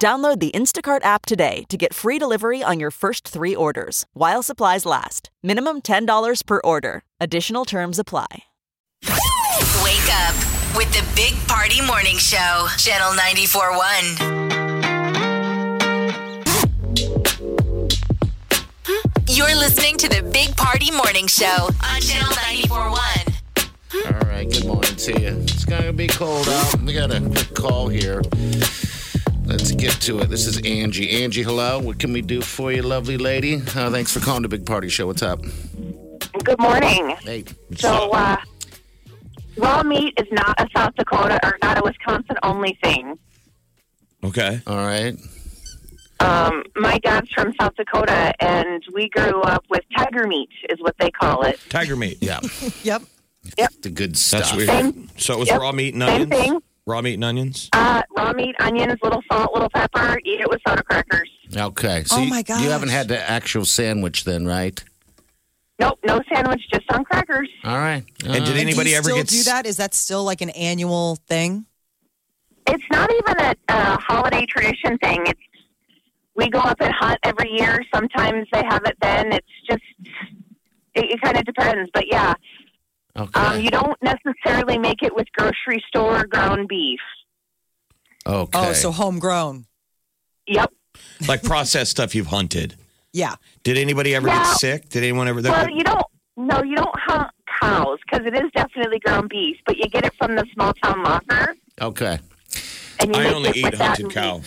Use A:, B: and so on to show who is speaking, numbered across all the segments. A: Download the Instacart app today to get free delivery on your first three orders while supplies last. Minimum $10 per order. Additional terms apply.
B: Wake up with the Big Party Morning Show, Channel 941. You're listening to the Big Party Morning Show on Channel 941.
C: All right, good morning to you. It's going to be cold out. We got a quick call here. Let's get to it. This is Angie. Angie, hello. What can we do for you, lovely lady? Uh, thanks for calling the Big Party Show. What's up?
D: Good morning.
C: Hey.
D: So, uh, raw meat is not a South Dakota or not a Wisconsin only thing.
E: Okay.
C: All right.
D: Um, my dad's from South Dakota, and we grew up with tiger meat, is what they call it.
E: Tiger meat.
C: Yeah.
A: Yep.
C: The good
E: That's
C: stuff.
E: weird. So it was
D: Yep.
E: raw meat and
D: Same
E: onions?
D: thing.
E: Raw meat and onions?
D: Uh, raw meat, onions, little salt, little pepper. Eat it with soda crackers.
C: Okay. So
A: Oh
C: you-
A: my
C: You haven't
A: gosh.
C: had the actual sandwich then, right?
D: Nope, no sandwich, just on crackers.
C: All right.
E: And did
C: Uh,
E: anybody
F: Mm. do you
E: ever
F: still
E: get
F: do
E: s-
F: that? Is that still like an annual thing?
D: It's not even a, a holiday tradition thing. It's we go up and hunt every year. Sometimes they have it then. It's just it, it kind of depends. But yeah,
C: Okay.
D: um, you don't necessarily make it with grocery store ground beef.
C: okay.
F: Oh, so homegrown.
D: Yep.
E: like processed stuff you've hunted?
F: Yeah.
E: Did anybody ever
D: No.
E: get sick? Did anyone ever?
D: Well, you don't. No, you don't hunt cows because it is definitely ground beef, but you get it from the small town locker.
C: okay.
D: And you
E: I
D: make
E: only
D: it
E: eat
D: with that
E: hunted
D: meat.
E: cow.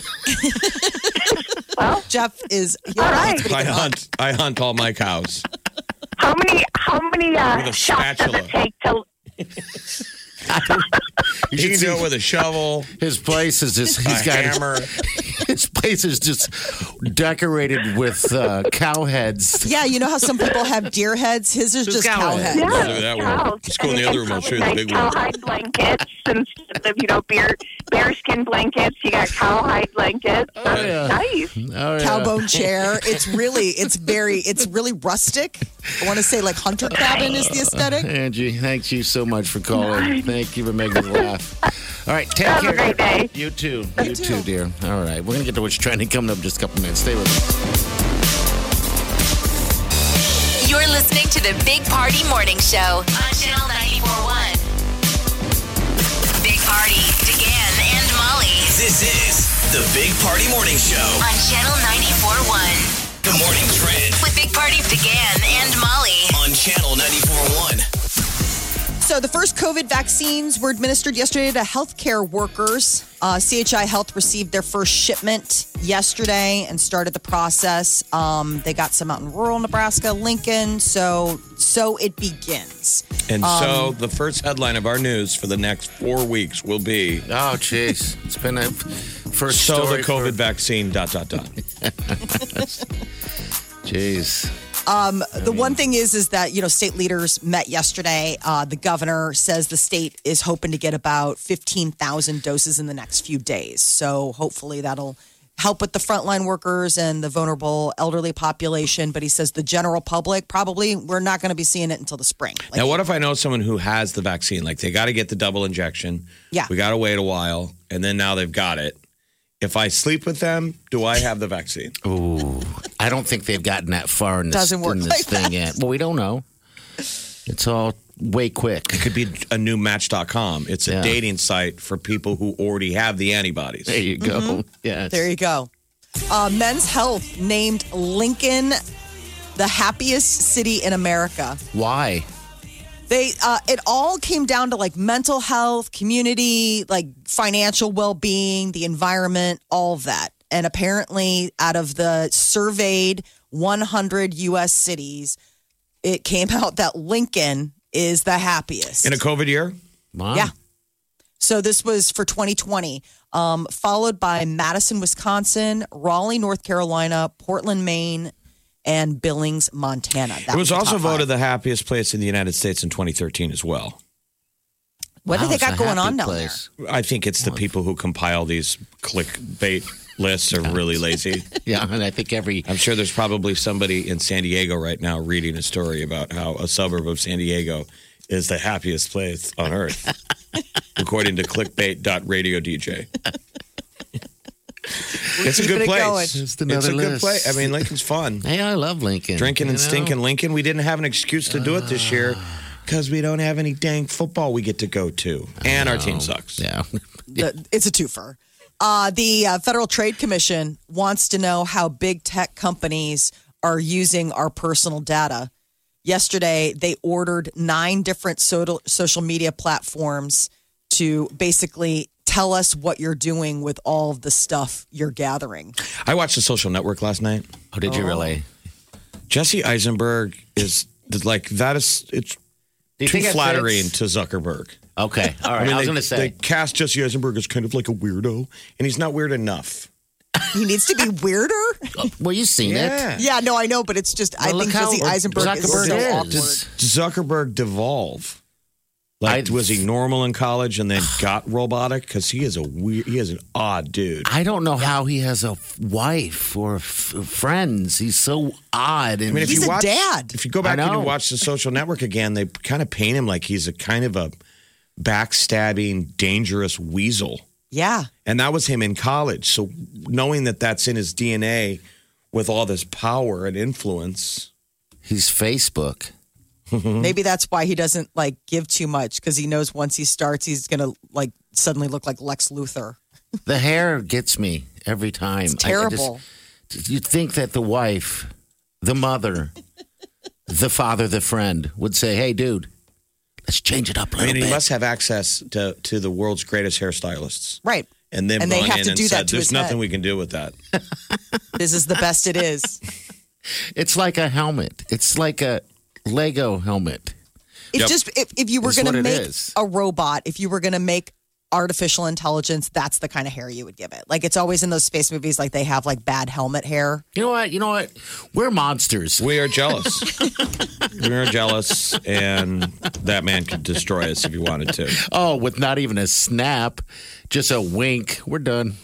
D: Well, uh,
F: Jeff is. He
D: All
F: only
D: right.
F: eats what he
E: I
F: can hunt.
E: hunt. I hunt all my cows.
D: how many how many
E: With
D: uh,
E: a
D: shots does
E: spatula.
D: it take to?
C: You
E: You
C: should
E: can
C: see
E: do it with a shovel,
C: his place is just
E: a
C: he's got
E: hammer.
C: his place is just decorated with uh, cow heads.
F: Yeah, you know how some people have deer heads? His is
C: Just
F: just cow,
C: cow head.
F: head.
D: Yeah,
E: We'll do that one.
D: cows.
E: Let's go in
D: And
E: the
D: you
E: other
D: can
E: room. I'll show
D: come
E: you the
D: with
E: big
D: nice
E: one.
D: Cowhide blankets instead of you know bear bearskin blankets. You got cowhide blankets. That's
C: Oh, yeah.
D: nice.
C: Oh, yeah.
F: Cowbone chair. It's really, it's very, it's really rustic. I want to say like hunter cabin is the aesthetic.
C: Angie, thank you so much for calling. Thank you for making us laugh. All right, take
D: Have a
C: care.
D: great day.
C: You too. You,
F: You
C: too,
F: too.
C: dear. All right, we're gonna get to what's trending coming up in just a couple minutes. Stay with us.
B: You're listening to the Big Party Morning Show on Channel 941. Big Party, DeGan and Molly
G: This is the Big Party Morning Show.
B: on Channel 941.
G: The morning trend
B: With Big Party, DeGan and Molly.
G: on Channel 941.
F: So the first COVID vaccines were administered yesterday to healthcare workers. Uh, CHI Health received their first shipment yesterday and started the process. Um, they got some out in rural Nebraska, Lincoln. So so it begins. Um,
E: And
C: Um,
E: so the first headline of our news for the next four weeks will be
C: Oh, jeez, it's been a first
E: so
C: story
E: the COVID vaccine dot dot dot.
C: For, jeez.
F: Um, the one thing is is that you know state leaders met yesterday uh, the governor says the state is hoping to get about 15000 doses in the next few days so hopefully that'll help with the frontline workers and the vulnerable elderly population but he says the general public probably we're not going to be seeing it until the spring Like,
E: now, what if I know someone who has the vaccine? Like they got to get the double injection.
F: Yeah.
E: we got to wait a while, and then now they've got it. If I sleep with them, do I have the vaccine?
C: Ooh, I don't think they've gotten that far in this,
F: Doesn't work
C: in this
F: like
C: thing yet. Well, we don't know. It's all way quick.
E: Could be a new Match.com. It's a
C: Yeah.
E: dating site for people who already have the antibodies.
C: There you go. Yes.
F: there you go uh, men's health named lincoln the happiest city in america
C: Why?
F: They uh, it all came down to like mental health, community, like financial well-being, the environment, all of that. And apparently, out of the surveyed 100 U.S. cities, it came out that Lincoln is the happiest.
E: In a COVID year?
C: Wow.
F: Yeah. So this was for 2020. um, followed by Madison, Wisconsin, Raleigh, North Carolina, Portland, Maine, and Billings, Montana. That
E: It was
F: the
E: also
F: top five.
E: voted the happiest place in the United States in 2013 as well.
F: What do
C: Wow,
F: they
C: it's
F: got
C: a
F: going
C: happy
F: on down there?
C: place.
E: I think it's the people who compile these clickbait lists are really lazy.
C: Yeah, and I think every
E: I'm sure there's probably somebody in San Diego right now reading a story about how a suburb of San Diego is the happiest place on earth, according to clickbait.radio DJ. It's a
F: keeping
E: good
F: it
E: place.
F: going.
E: It's
C: Just
E: a
C: another
E: good
C: list.
E: place. I mean, Lincoln's fun.
C: hey, I love Lincoln.
E: Drinking and
C: you know?
E: stinking Lincoln. We didn't have an excuse to do it this year
C: Ah.
E: because we don't have any dang football we get to go to. And our
C: Oh.
E: team sucks.
C: Yeah,
F: The, it's a twofer. Uh, the uh, Federal Trade Commission wants to know how big tech companies are using our personal data. Yesterday, they ordered nine different so- social media platforms to basically tell us what you're doing with all of the stuff you're gathering.
E: I watched the social network last night.
C: oh, did you really?
E: Jesse Eisenberg is like, that is, it's
C: Do you
E: too
C: think it
E: flattering
C: fits?
E: to Zuckerberg.
C: Okay, all right. I, was
E: they-
C: going to say
E: they cast Jesse Eisenberg as kind of like a weirdo, and he's not weird enough.
F: He needs to be weirder.
C: Well, you've seen it.
F: yeah, no, I know, but it's just I
C: Well, look
F: think
C: how
F: Jesse Eisenberg is so
C: Zuckerberg
F: awkward.
C: is.
E: Zuckerberg devolve. Like,
C: I-
E: was he normal in college and then got robotic? Because he is a weird, he is an odd dude.
C: I don't know how he has a f- wife or f- friends. He's so odd. And
E: I mean, if
F: He's
E: you
F: a
E: watch,
F: dad.
E: if you go
C: I
E: back and you
C: know.
E: watch the Social Network again, they kind of paint him like he's a kind of a backstabbing, dangerous weasel.
F: Yeah.
E: And that was him in college. So knowing that that's in his DNA with all this power and influence.
C: he's Facebook. Mm-hmm.
F: Maybe that's why he doesn't like give too much because he knows once he starts, he's gonna like suddenly look like Lex Luthor.
C: The hair gets me every time.
F: It's
C: I- I
F: terrible.
C: just- you'd think that the wife, the mother, the father, the friend would say, "Hey, dude, let's change it up a
E: I
C: little
E: mean, he
C: bit."
E: must have access to, to the world's greatest hairstylists.
F: Right.
E: And then
F: And they
E: gone
F: have
E: in
F: to
E: and
F: do
E: said,
F: that to
E: There's
F: his
E: nothing
F: head."
E: we can do with that.
F: This is the best it is.
C: it's like a helmet. It's like a Lego helmet.
F: It
E: Yep.
F: just if, if you were
C: It's
F: gonna
C: what it
F: make
C: is.
F: a robot, if you were gonna make artificial intelligence, that's the kind of hair you would give it. Like it's always in those space movies, like they have like bad helmet hair.
C: You know what? You know what? We're monsters.
E: We are jealous. we are jealous. And that man could destroy us if he wanted to.
C: Oh, with not even a snap, just a wink. We're done.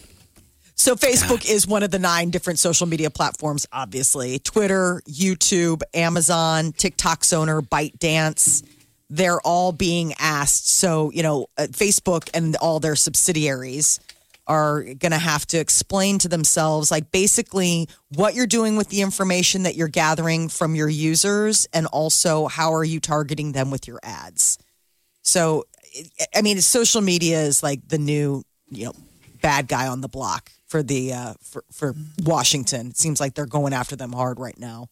F: So Facebook is one of the nine different social media platforms, obviously. Twitter, YouTube, Amazon, TikTok's owner, ByteDance. They're all being asked. So, you know, uh, Facebook and all their subsidiaries are going to have to explain to themselves, like, basically what you're doing with the information that you're gathering from your users and also how are you targeting them with your ads. So, I mean, social media is like the new, you know, bad guy on the block for the uh, for, for Washington. It seems like they're going after them hard right now.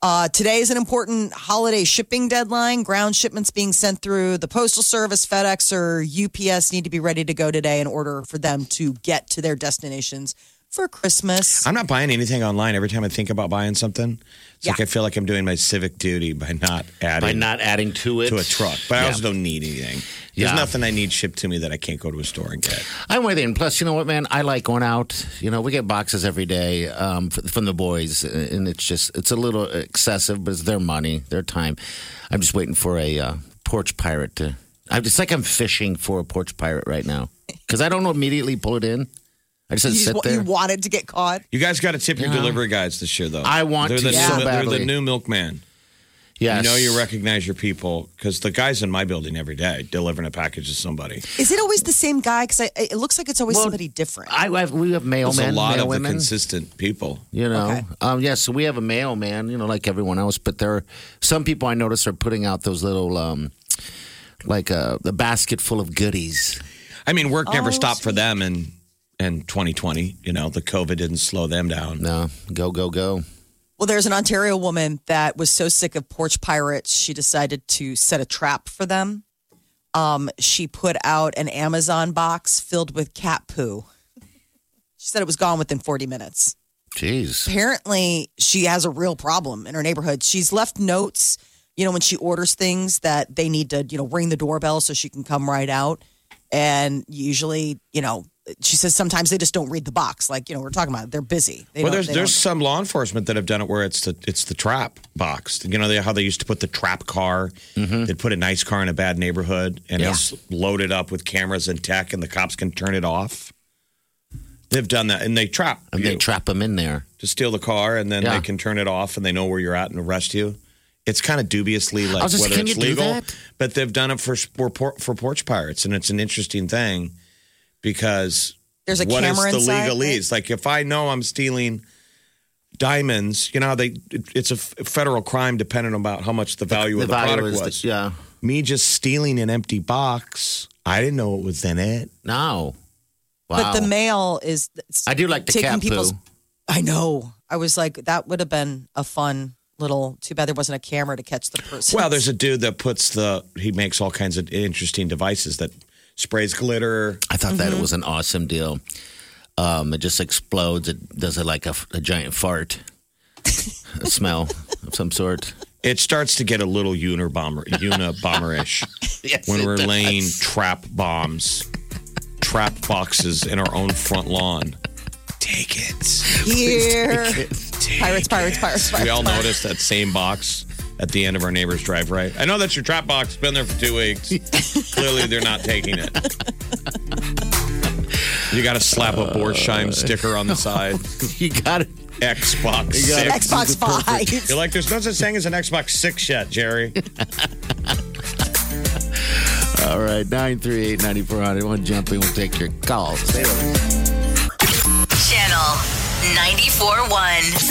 F: Uh, today is an important holiday shipping deadline. Ground shipments being sent through the Postal Service, FedEx, or UPS need to be ready to go today in order for them to get to their destinations for Christmas.
E: I'm not buying anything online every time I think about buying something. It's like I feel like I'm doing my civic duty by not adding
C: By not adding to it
E: to a truck. But I
C: Yeah.
E: also don't need anything. There's
C: Yeah.
E: nothing I need shipped to me that I can't go to a store and get.
C: I'm with you. And plus, you know what, man? I like going out. You know, we get boxes every day um, f- from the boys, uh, and it's just it's a little excessive, but it's their money, their time. I'm just waiting for a uh, porch pirate to. I'm just like I'm fishing for a porch pirate right now because I don't immediately pull it in. I just,
F: you,
C: sit
F: just, wa-
C: there.
F: you wanted to get caught.
E: You guys got to tip your
C: Yeah.
E: delivery guys this year, though.
C: I want
E: they're
C: to
E: the
C: so
E: new, They're the
C: badly.
E: new milkman.
C: yes.
E: You know you recognize your people because the guys in my building every day delivering a package to somebody.
F: Is it always the same guy? Because it looks like it's always somebody different.
C: I, I we have mailmen,
E: There's a lot
C: mail
E: of the
C: women.
E: consistent people.
C: You know,
F: Okay.
C: um, yeah. So we have a mailman, you know, like everyone else. But there, are, some people I notice are putting out those little, um, like a, a basket full of goodies.
E: I mean, work never stopped for them in in 2020. You know, the COVID didn't slow them down.
C: No, go go go.
F: Well, there's an Ontario woman that was so sick of porch pirates, she decided to set a trap for them. Um, she put out an Amazon box filled with cat poo. She said it was gone within 40 minutes.
C: Jeez.
F: Apparently, she has a real problem in her neighborhood. She's left notes, you know, when she orders things that they need to, you know, ring the doorbell so she can come right out. And usually, you know, she says sometimes they just don't read the box. Like you know, we're talking about they're busy. They
E: well,
F: don't-
E: there's
F: they
E: there's
F: don't-
E: some law enforcement that have done it where it's the it's the trap box. You know they, how they used to put the trap car.
C: Mm-hmm.
E: They'd put a nice car in a bad neighborhood and it's loaded up with cameras and tech, and the cops can turn it off. They've done that, and they trap
C: And
E: you
C: they trap them in there.
E: to steal the car, and then
C: Yeah.
E: they can turn it off, and they know where you're at and arrest you. It's kind of dubiously like
C: was just-
E: whether
C: can
E: it's
C: you do
E: legal,
C: that?
E: but they've done it for for, por- for porch pirates, and it's an interesting thing because
F: There's a
E: what is
F: camera
E: the
F: inside,
E: legalese? Like if I know I'm stealing diamonds, you know how they it- it's a f- federal crime dependent about how much the value of the product
C: is the-
E: was.
C: yeah.
E: Me just stealing an empty box, I didn't know what was in it.
C: No. Wow.
F: But the mail is. it's
C: I do like the
F: taking
C: cat
F: people's.
C: poo.
F: I know. I was like, that would have been a fun little. Too bad there wasn't a camera to catch the person.
E: Well, there's a dude that puts the he makes all kinds of interesting devices that sprays glitter.
C: I thought
F: Mm-hmm.
C: that was an awesome deal. Um, it just explodes. It does it like a, a giant fart, a smell of some sort.
E: It starts to get a little unibomber unibomberish
C: Yes,
E: when
C: it
E: we're
C: does.
E: laying trap bombs, trap boxes in our own front lawn. Take it.
F: here. Pirates, pirates, pirates, pirates.
E: We all noticed that same box at the end of our neighbor's drive, right? I know that's your trap box. Been there for two weeks. Clearly, they're not taking it. You got to slap a Borsheim sticker on the side.
C: Uh, You got it.
E: Xbox.
C: got
E: Six.
F: Xbox Five.
E: You're like, there's no such thing as an Xbox Six yet, Jerry.
C: All right, 938 9400. One jumping. We'll take your call. Stay with us.
B: Channel 94.1.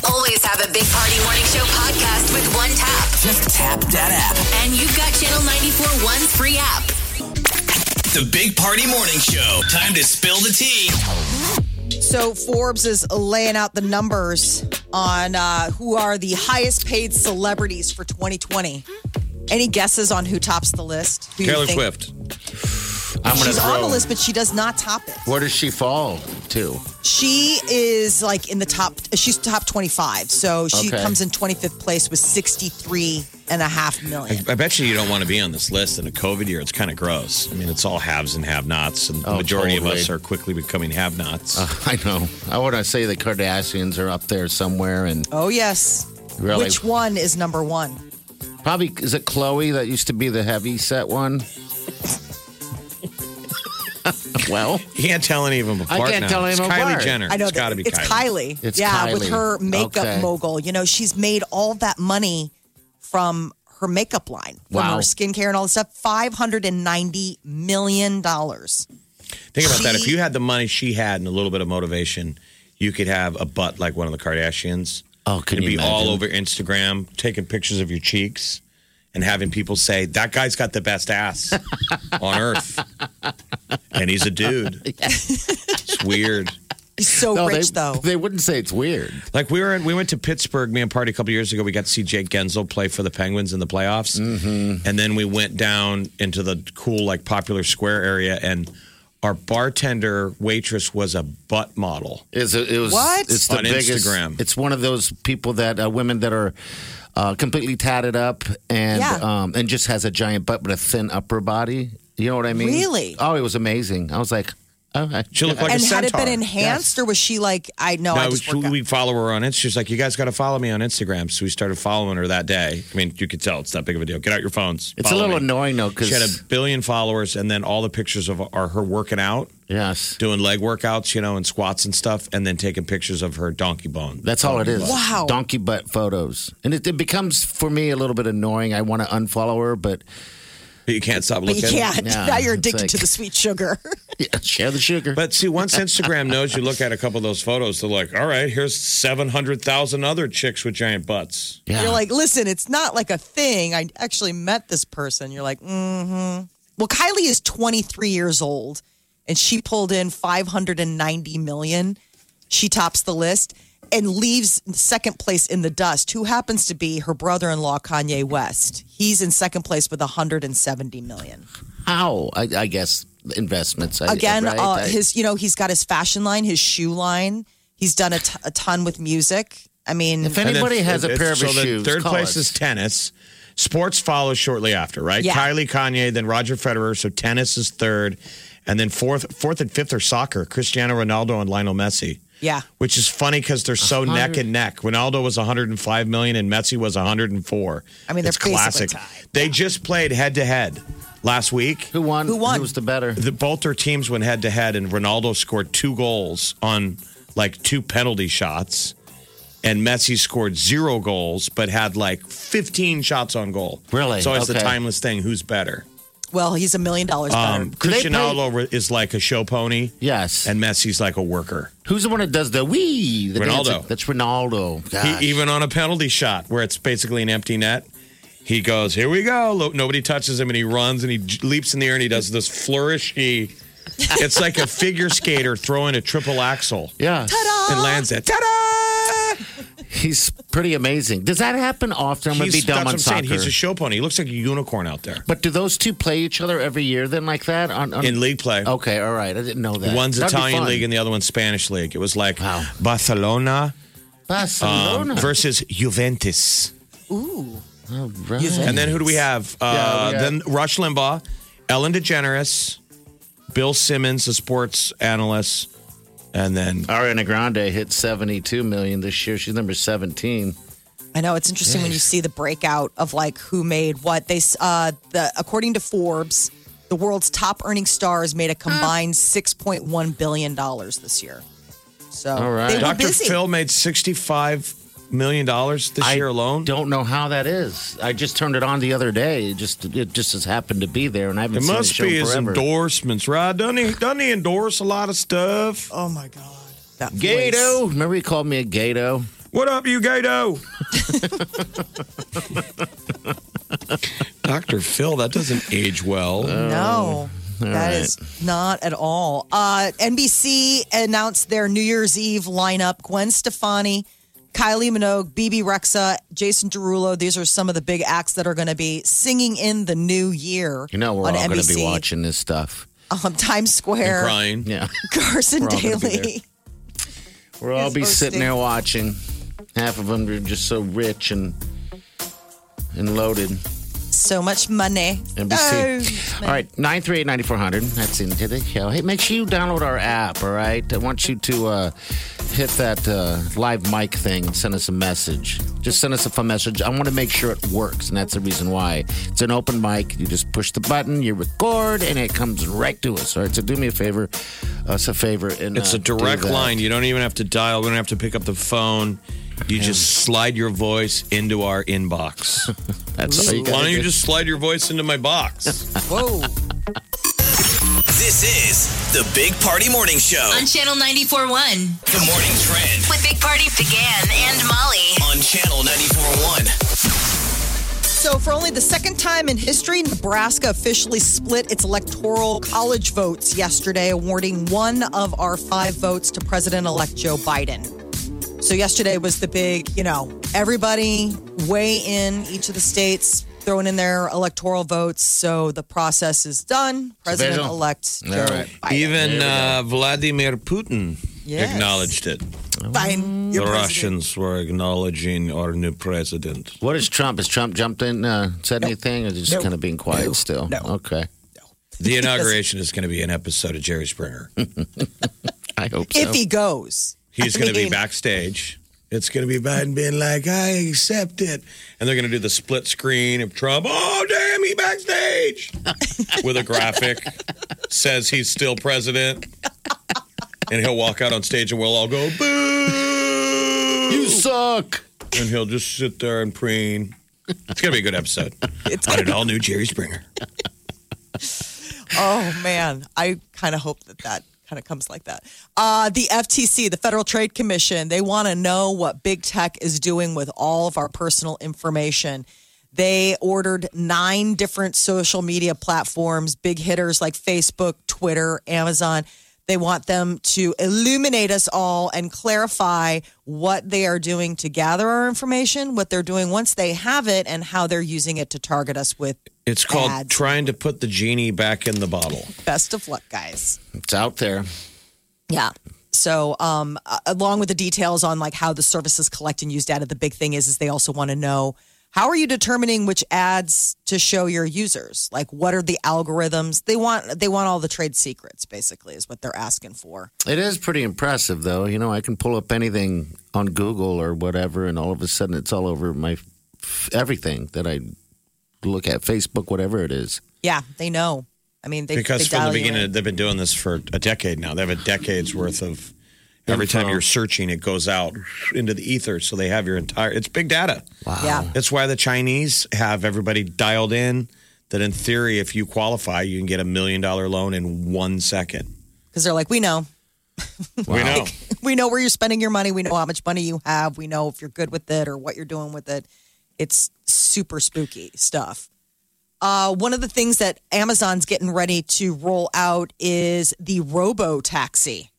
B: Always have a Big Party Morning Show podcast with one tap.
G: Just tap that app.
B: And you've got Channel 94.1's free app.
G: The Big Party Morning Show. Time to spill the tea.
F: So Forbes is laying out the numbers on uh, who are the highest paid celebrities for 2020. Any guesses on who tops the list? Who you
E: Taylor
F: think-
E: Swift.
C: I'm going
F: She's
C: to
F: on the
C: throw.
F: list, but she does not top it.
C: Where does she fall to?
F: She is like in the top, she's top 25. So she
C: Okay.
F: comes in 25th place with 63 and a half million.
E: I bet you you don't want to be on this list in a COVID year. It's kind of gross. I mean, it's all haves and have-nots, and the
C: Oh,
E: majority of us
C: totally.
E: are quickly becoming have-nots.
C: Uh, I know. I want to say the Kardashians are up there somewhere, and
F: Oh, yes.
C: Really?
F: Which one is number one?
C: probably is it Chloe that used to be the heavy set one? well,
E: you can't tell any of them apart.
C: can't
E: now.
C: tell any of
E: it's
C: them
E: Kylie
C: apart.
E: Jenner.
F: I know
E: it's
F: that-
E: got to be
F: it's
E: Kylie.
F: Kylie.
C: It's
F: yeah,
C: Kylie.
F: with her makeup
C: Okay.
F: mogul. You know, she's made all that money from her makeup line, from
C: Wow.
F: her skincare and all this stuff. Five hundred and ninety million dollars.
E: Think about that. If
F: She-
E: you had the money she had and a little bit of motivation, you could have a butt like one of the Kardashians.
C: Oh, can
E: and
C: you
E: be all
C: imagine?
E: over Instagram, taking pictures of your cheeks, and having people say that guy's got the best ass on earth, and he's a dude. It's weird.
F: He's so
C: no,
F: rich,
C: they,
F: though.
C: they wouldn't say it's weird.
E: Like we were, in, we went to Pittsburgh, me and party a couple years ago. We got to see Jake Gensel play for the Penguins in the playoffs,
C: Mm-hmm.
E: and then we went down into the cool, like popular square area, and our bartender waitress was a butt model.
C: Is it, it was
F: What?
C: It's the
E: On
C: biggest.
E: Instagram.
C: It's one of those people that uh, women that are uh, completely tatted up and
F: Yeah.
C: um, and just has a giant butt but a thin upper body. You know what I mean?
F: Really?
C: Oh, it was amazing. I was like, all right.
E: She looked like
F: and
E: a
F: had
E: centaur.
F: it been enhanced, or was she like, I know, I
E: No,
F: just
E: we,
F: worked out.
E: we follow her on Instagram. She's like, you guys got to follow me on Instagram. So we started following her that day. I mean, you could tell it's that big of a deal. Get out your phones.
C: It's
E: Follow
C: a little
E: me.
C: annoying though because
E: She had a billion followers, and then all the pictures of are her working out,
C: yes,
E: doing leg workouts, you know, and squats and stuff, and then taking pictures of her donkey bone.
C: that's all it is.
F: Wow.
C: Donkey butt photos, and it, it becomes for me a little bit annoying. I want to unfollow her, but
E: But you can't stop
F: But
E: looking.
F: you can't.
C: Yeah,
F: now you're
C: it's
F: addicted
C: like-
F: to the sweet sugar.
C: yeah, share the sugar.
E: But see, once Instagram knows you look at a couple of those photos, they're like, all right, here's 700,000 other chicks with giant butts.
C: yeah.
F: You're like, listen, it's not like a thing. I actually met this person. You're like, mm-hmm. Well, Kylie is 23 years old, and she pulled in 590 million. She tops the list and leaves second place in the dust. Who happens to be her brother-in-law, Kanye West? He's in second place with 170 million.
C: how? I, I guess investments I-
F: Again,
C: right?
F: uh,
C: I-
F: his you know he's got his fashion line, his shoe line. He's done a, t- a ton with music. I mean,
C: If anybody
E: And then
C: has a
E: it's-
C: pair of
E: so
C: his
E: then
C: shoes,
E: Third
C: call
E: place
C: us.
E: is tennis. Sports follows shortly after, right?
F: Yeah.
E: Kylie, Kanye, then Roger Federer. So tennis is third. And then fourth, fourth and fifth are soccer: Cristiano Ronaldo and Lionel Messi.
F: Yeah.
E: Which is funny because they're so neck and neck. Ronaldo was 105 million and Messi was 104.
F: I mean, they're
E: it's
F: basically
E: classic.
F: tied.
E: They just played head to head last week.
C: Who won?
F: Who won?
C: Who was the better?
E: The both their teams went head to head, and Ronaldo scored two goals on like two penalty shots, and Messi scored zero goals but had like 15 shots on goal.
C: Really?
E: So it's the
C: Okay.
E: timeless thing. Who's better?
F: Well, he's a million dollars better.
E: Um,
C: Do they
E: Cristiano Ronaldo is like a show pony,
C: Yes.
E: and Messi's like a worker.
C: Who's the one that does the wee? The
E: Ronaldo.
C: dancing? That's Ronaldo. Gosh.
E: He, even on a penalty shot where it's basically an empty net, he goes, "Here we go!" Lo- Nobody touches him, and he runs and he j- leaps in the air and he does this flourish. He, it's like a figure skater throwing a triple axel
C: yeah.
E: and lands it. Ta-da!
C: He's pretty amazing. Does that happen often? I'm going to be
E: He's,
C: dumb
E: that's what
C: on
E: I'm
C: soccer.
E: saying. He's a show pony. He looks like a unicorn out there
C: but do those two play each other every year then like that? On, on-
E: in league play.
C: Okay, all right. I didn't know that.
E: One's
C: That'd be
E: Italian
C: fun.
E: league and the other one's Spanish league. It was like
C: Wow.
E: Barcelona um,
C: Barcelona.
E: versus Juventus.
F: Ooh.
C: all Oh, right.
E: And then who do we have? Uh,
C: Yeah, we
E: Then Rush Limbaugh, Ellen DeGeneres, Bill Simmons, the sports analyst, and then
C: Ariana Grande hit 72 million this year. She's number 17.
F: I know it's interesting when you see the breakout of like who made what. They uh the according to Forbes, the world's top earning stars made a combined 6.1 billion dollars this year. So
C: All right.
F: they were
E: Dr.
F: busy.
E: Phil made sixty-five million dollars this year alone.
C: Don't know how that is. I just turned it on the other day. It just it just has happened to be there, and I haven't
E: It
C: seen the
E: must
C: show
E: be his
C: forever.
E: endorsements, right? Doesn't he? Doesn't he endorse a lot of stuff?
F: Oh my god. That voice.
C: Gato. Remember he called me a Gato?
E: What up, you Gato? Dr. Phil, that doesn't age well.
C: Oh.
F: No. that is not at all. Uh, NBC announced their New Year's Eve lineup. Gwen Stefani, Kylie Minogue, BB Rexa, Jason Derulo. These are some of the big acts that are going to be singing in the new year.
C: You know we're
F: on
C: all going to
F: NBC.
C: be watching this stuff.
F: um, Times
E: And
F: Square,
E: crying.
C: Yeah,
F: Carson
C: We're all gonna be
F: Daly.
C: we'll all
F: He's
C: be sitting
F: hosting.
C: there watching. Half of them are just so rich and and loaded.
F: So much money. Uh,
C: NBC. all right, 938-9400. That's into the show. Hey, make sure you download our app, all right? I want you to uh, hit that uh, live mic thing and send us a message. Just send us a fun message. I want to make sure it works, and that's the reason why. It's an open mic. You just push the button, you record, and it comes right to us, all right? So do me a favor, us a favor. And,
E: It's
C: uh,
E: a direct
C: do that.
E: line. You don't even have to dial. We don't have to pick up the phone. You just slide your voice into our inbox.
C: That's all you
E: Why
C: gotta
E: don't you
C: do.
E: just slide your voice into my box?
F: Whoa.
G: This is the Big Party Morning Show.
B: On Channel 94.1
G: Oh. The Morning Trend
B: with Big Party began and Molly.
G: on Channel 94.1.
F: So, for only the second time in history, Nebraska officially split its electoral college votes yesterday, awarding one of our five votes to President elect Joe Biden. So, yesterday was the big, you know, everybody weigh in, each of the states throwing in their electoral votes. So, the process is done. President elect Joe
C: All right.
F: Biden.
E: Even uh, Vladimir Putin
F: Yes.
E: acknowledged it.
C: Mm.
F: Fine.
E: the Russians were acknowledging our new president.
C: What is Trump? Has Trump jumped in, uh, said anything, or is he just
F: No.
C: kind of being quiet
F: No.
C: still?
F: No.
C: Okay.
E: The inauguration is going to be an episode of Jerry Springer.
C: I hope so.
F: If he goes.
E: He's
F: I
E: going to be
F: mean,
E: backstage. It's going to be Biden being like, I accept it. And they're going to do the split screen of Trump. Oh, damn, he backstage. With a graphic says he's still president. And he'll walk out on stage and we'll all go, boo.
C: you suck.
E: And he'll just sit there and preen. It's going to be a good episode. It's on an all new Jerry Springer.
F: Oh man, I kind of hope that that kind of comes like that. Uh, the FTC, the Federal Trade Commission, they want to know what big tech is doing with all of our personal information. They ordered nine different social media platforms, big hitters like Facebook, Twitter, Amazon. They want them to illuminate us all and clarify what they are doing to gather our information, what they're doing once they have it, and how they're using it to target us with
E: It's called
F: Ads.
E: Trying to Put the Genie Back in the Bottle.
F: best of luck, guys.
C: It's out there.
F: Yeah. So, um, a- along with the details on like how the services collect and use data, the big thing is is they also want to know How are you determining which ads to show your users? Like, what are the algorithms they want? They want all the trade secrets, basically, is what they're asking for.
C: It is pretty impressive, though. You know, I can pull up anything on Google or whatever, and all of a sudden it's all over my f- everything that I look at Facebook, whatever it is.
F: Yeah, they know. I mean, they
E: because
F: they
E: from the
F: dial you
E: beginning,
F: in.
E: they've been doing this for a decade now. They have a decade's worth of. Every time you're searching, it goes out into the ether. So they have your entire. It's big data.
F: yeah,
E: That's why the Chinese have everybody dialed in. That in theory, if you qualify, you can get a million dollar loan in one second.
F: because they're like, we know,
E: We know.
F: we know where you're spending your money. We know how much money you have. We know if you're good with it or what you're doing with it. It's super spooky stuff. Uh, one of the things that Amazon's getting ready to roll out is the robo taxi.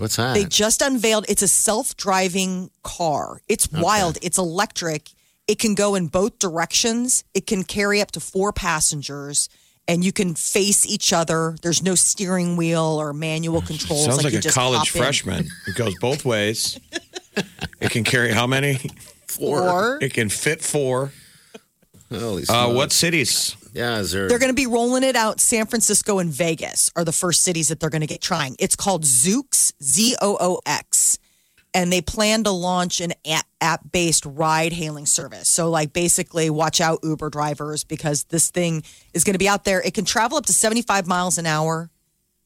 C: What's
E: Ah.
C: that?
F: They just unveiled it's a self-driving car. It's wild. It's electric. It can go in both directions. It can carry up to 4 passengers and you can face each other. There's no steering wheel or manual controls
E: Sounds like,
F: you
E: a
F: just
E: college
F: hop in.
E: freshman. It goes both ways. it can carry how many?
F: Or
E: It can fit four.
C: Holy
E: Uh,
C: smokes.
E: what cities?
C: Yeah, is there?
F: they're going to be rolling it out. San Francisco and Vegas are the first cities that they're going to get trying. It's called Zoox, Z O O X. And they plan to launch an app based ride hailing service. So, like, basically, watch out, Uber drivers, because this thing is going to be out there. It can travel up to 75 miles an hour.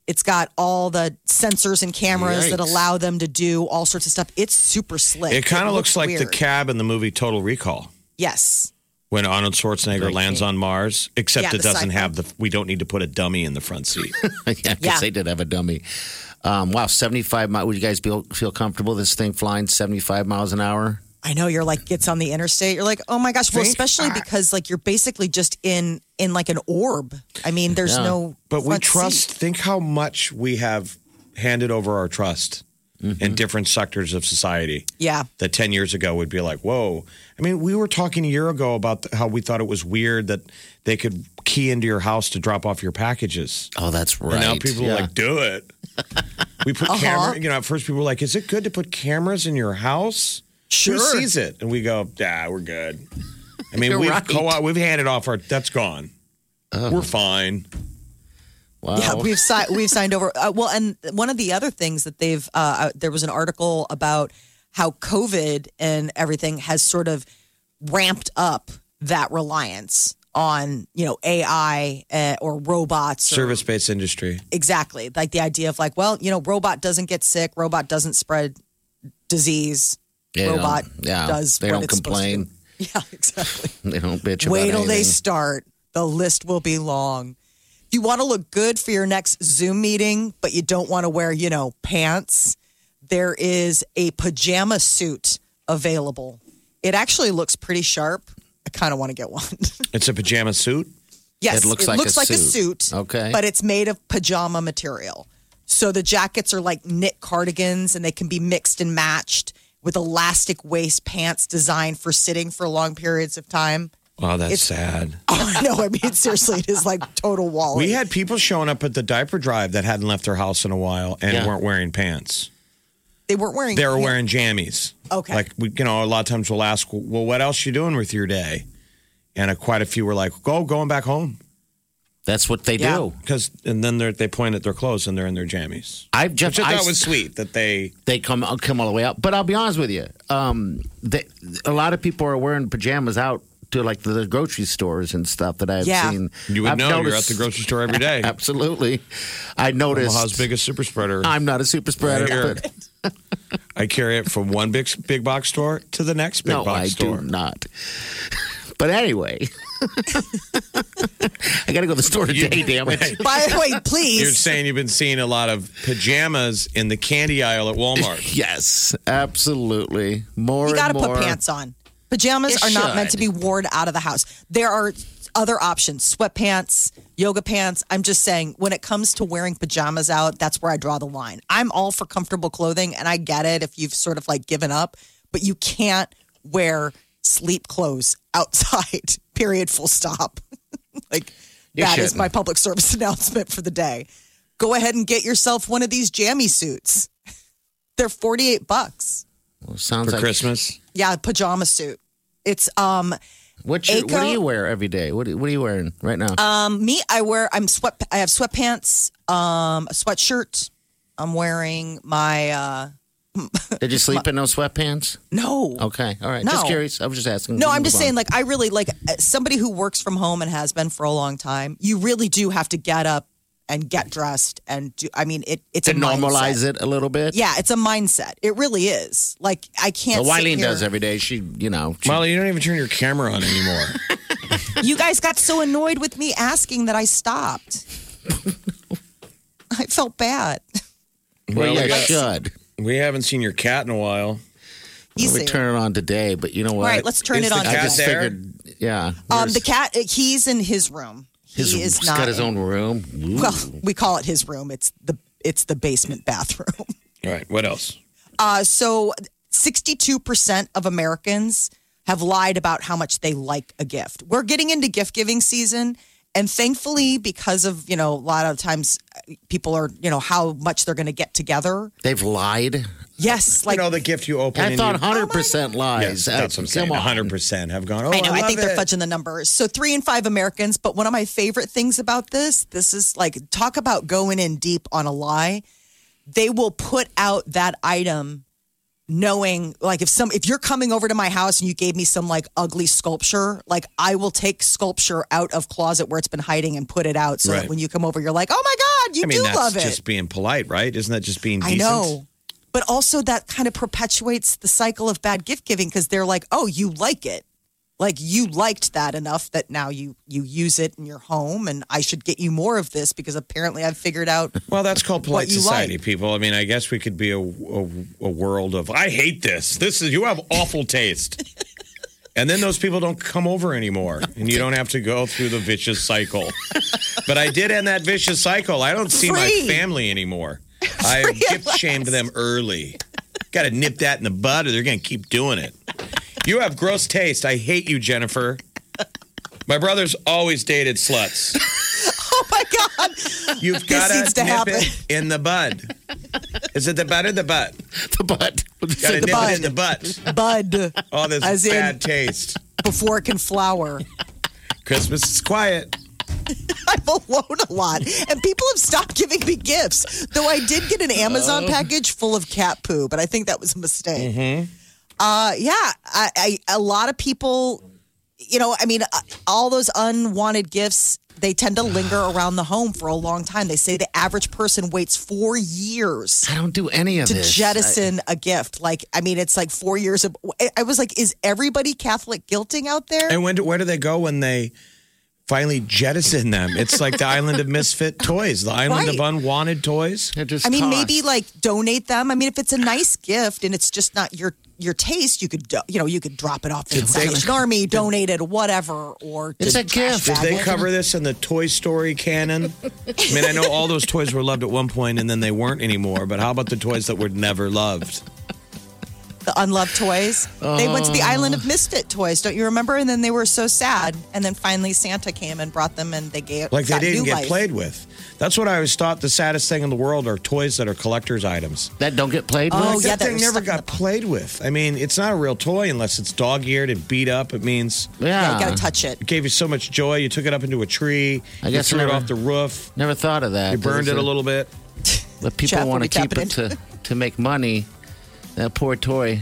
F: It's got all the sensors and cameras that
C: Yikes.
F: allow them to do all sorts of stuff. It's super slick.
E: It kind of looks, like the
F: weird.
E: cab in the movie Total Recall
F: Yes.
E: when Arnold Schwarzenegger lands on Mars, except
F: Yeah,
E: it
F: the
E: doesn't
F: sci-fi.
E: have the. We don't need to put a dummy in the front seat.
C: yeah, 'cause
F: Yeah.
C: they did have a dummy. Um, wow, seventy-five miles. Would you guys be, feel comfortable this thing flying seventy-five miles an hour?
F: I know you're like gets on the interstate. You're like, oh my gosh. Well, especially because like you're basically just in in like an orb. I mean, there's no.
E: But we
F: front
E: trust.
F: seat.
E: Think how much we have handed over our trust
C: Mm-hmm.
E: in different sectors of society.
F: Yeah,
E: that 10 years ago would be like, whoa. I mean, we were talking a year ago about th- how we thought it was weird that they could key into your house to drop off your packages.
C: Oh, that's right.
E: And now people
C: Yeah.
E: are like, do it. We
F: Uh-huh.
E: put camera, you know, at first people were like, is it good to put cameras in your house?
F: sure.
E: Who sees it? And we go, yeah, we're good. I mean,
C: You're
E: we've,
C: right.
E: co- we've handed off our, that's gone. We're fine.
C: Oh. wow.
F: Yeah, we've si- we've signed over. Uh, well, and one of the other things that they've uh, uh, there was an article about how COVID and everything has sort of ramped up that reliance on you know AI uh, or robots or
E: Service based industry.
F: exactly like the idea of like well you know robot doesn't get sick robot doesn't spread disease
C: They don't-
F: robot
C: yeah,
F: does
C: They
F: what
C: don't
F: it's supposed
C: complain.
F: to do. yeah exactly
C: They don't bitch
F: wait till
C: about
F: they
C: anything.
F: start the list will be long you want to look good for your next zoom meeting but you don't want to wear you know pants there is a pajama suit available it actually looks pretty sharp i kind of want to get one
E: It's a pajama suit.
F: Yes,
C: It looks like a suit. Okay.
F: But it's made of pajama material. So the jackets are like knit cardigans and they can be mixed and matched with elastic waist pants designed for sitting for long periods of time.
E: Wow, that's sad.
F: Oh, no, I mean, seriously, it is like total wall.
E: We had people showing up at the diaper drive that hadn't left their house in a while and
C: Yeah.
E: weren't wearing pants.
F: they weren't wearing
E: They were wearing jammies.
F: Okay.
E: Like we, you know, a lot of times we'll ask, "Well, what else you doing with your day?" And uh quite a few were like, "Go, going back home,"
C: That's what they
F: Yeah.
C: do.
E: because and then they they point at their clothes and they're in their jammies.
C: I've
E: Which
C: just
E: I
C: I,
E: thought was sweet that they.
C: they come come all the way out. But I'll be honest with you, um, they, a lot of people are wearing pajamas out to like the grocery stores and stuff that I've
F: Yeah.
C: seen.
E: You would
C: I've
E: know you're at
C: noticed-
E: the grocery store every day.
C: Absolutely, I
E: Omaha's
C: noticed.
E: biggest super spreader.
C: I'm not a super
E: Right
C: spreader.
E: here.
C: but-
E: I carry it from one big big box store to the next big
C: no,
E: box
C: I
E: store.
C: do not. But anyway, I got to go to the store today. damn it!
F: By the way,
E: You're
F: please.
E: saying you've been seeing a lot of pajamas in the candy aisle at Walmart.
C: Yes, absolutely. More.
F: You got
C: and
F: to put
C: more.
F: pants on. Pajamas are not meant to be worn out of the house. There are other options sweatpants, yoga pants. I'm just saying, when it comes to wearing pajamas out, that's where I draw the line. I'm all for comfortable clothing, and I get it if you've sort of like given up, but you can't wear sleep clothes outside, period, full stop. like,
C: You
F: that is
C: shouldn't.
F: my public service announcement for the day. Go ahead and get yourself one of these jammy suits. They're 48 bucks
C: Sounds
E: for
C: like
E: Christmas.
F: yeah pajama suit it's um
C: What's your, what do
F: Aiko-
C: you wear every day? What, what are you wearing right now?
F: Um, Me, I wear I'm sweat. I have sweatpants, um, a sweatshirt. I'm wearing my uh,
C: Did you sleep in no sweatpants?
F: no.
C: Okay, all right.
F: No.
C: Just curious. I was just asking.
F: No, I'm
C: Move
F: just
C: on.
F: saying, like, I really like as somebody who works from home and has been for a long time. You really do have to get up and get dressed and do. I mean, it it's
C: to
F: a mindset.
C: normalize it a little bit.
F: Yeah, it's a mindset. It really is. Like, I can't.
C: Well,
F: sit
C: Wileen
F: here-
C: does every day. She, you know, she,
E: Molly, you don't even turn your camera on anymore.
F: You guys got so annoyed with me asking that I stopped. I felt bad.
C: well,
E: Well,
C: yeah,
E: we got-
C: should.
E: we haven't seen your cat in a while.
F: You
C: We
F: see.
C: turn it on today, but you know what?
F: All right, let's turn
E: Is
F: it
E: the
F: on.
E: cat
C: I
F: today.
C: just
E: there?
C: figured, yeah.
F: Um, the
C: There's-
F: cat, he's in his room.
C: His,
F: he is
C: he's
F: not.
C: got his own room. Ooh.
F: Well, we call it his room. It's the it's the basement bathroom.
E: All right, what else?
F: Uh, so, sixty-two percent of Americans have lied about how much they like a gift. We're getting into gift giving season, and thankfully, because of you know a lot of times uh, people are you know how much they're going to get together.
C: They've lied.
F: Yes, like Oh
E: you know the gift you open.
C: I
E: and
C: thought
E: you-
C: 100% lies.
E: Yes, that's what I'm saying.
C: Come on.
E: 100% have gone. Oh,
F: I know. I,
E: love
F: think
E: it.
F: they're fudging the numbers. So three in five Americans. But one of my favorite things about this, this is like talk about going in deep on a lie. They will put out that item, knowing like if some if you're coming over to my house and you gave me some like ugly sculpture, like I will take sculpture out of closet where it's been hiding and put it out. So that
E: Right.
F: when you come over, you're like, oh my god, you
E: I mean,
F: do
E: that's
F: love it.
E: just being polite, right? Isn't that just being
F: I
E: decent?
F: know. But also that kind of perpetuates the cycle of bad gift giving because they're like, oh, you like it. Like you liked that enough that now you you use it in your home and I should get you more of this because apparently I've figured out
E: Well, that's called polite
F: you
E: society,
F: like.
E: people. I mean, I guess we could be a, a, a world of I hate this. This is you have awful taste, and then those people don't come over anymore, and you don't have to go through the vicious cycle. but I did end that vicious cycle. I don't see
F: Free.
E: my family anymore. I
F: Free at
E: gift shamed them early. Got to nip that in the bud, or they're going to keep doing it. You have gross taste. I hate you, Jennifer. My brother's always dated sluts.
F: Oh my God.
E: You've got
F: needs to
E: to nip
F: happen.
E: it in the bud. Is it the bud or the butt?
C: The butt.
E: Got to nip
F: bud.
E: it in the butt. Oh,
F: Bud
E: All this
F: As in-
E: bad taste.
F: before it can flower.
E: Christmas is quiet.
F: I'm alone a lot. And people have stopped giving me gifts. Though I did get an
C: Oh.
F: Amazon package full of cat poo, but I think that was a mistake.
C: Mm-hmm.
F: Uh, yeah, I, I, a lot of people, you know, I mean, uh, all those unwanted gifts, they tend to linger around the home for a long time. They say the average person waits four years
C: I don't do any of
F: to
C: this.
F: jettison a gift. Like, I mean, it's like four years of. I- I was like, is everybody Catholic guilting out there?
E: And when do, where do they go when they finally jettison them? It's like the island of misfit toys, the island of
F: Right.
E: unwanted toys.
C: I, it just
F: I mean,
C: costs.
F: maybe like donate them. I mean, if it's a nice gift and it's just not your your taste, you could do, you know you could drop it off to the
C: they-
F: Salvation Army, donate it, whatever, or
C: It's
F: to
C: a
F: trash
C: gift.
E: Did
F: bag
E: they
F: it.
E: cover this in the Toy Story canon? I mean, I know all those toys were loved at one point and then they weren't anymore, but how about the toys that were never loved?
F: the unloved toys? They went to the island of misfit toys, don't you remember? And then they were so sad, and then finally Santa came and brought them, and they gave
E: Like they
F: got
E: didn't
F: new
E: get
F: life.
E: played with. That's what I always thought the saddest thing in the world are toys that are collector's items.
C: that don't get played
F: Oh,
C: with.
F: yeah,
E: that
F: that
E: thing
F: was
E: never
F: stuck in
E: got played with. I mean, it's not a real toy unless it's dog eared and beat up. It means
F: Yeah,
C: Yeah.
F: you gotta touch it.
E: it gave you so much joy. You took it up into a tree.
C: I
E: you
C: guess
E: threw it
C: never-
E: off the roof.
C: Never thought of that.
E: You burned it a little bit.
C: But
F: Jeff
C: people
F: will
C: want
F: be
C: to keep
F: tapping
C: it to, to make money. That poor toy.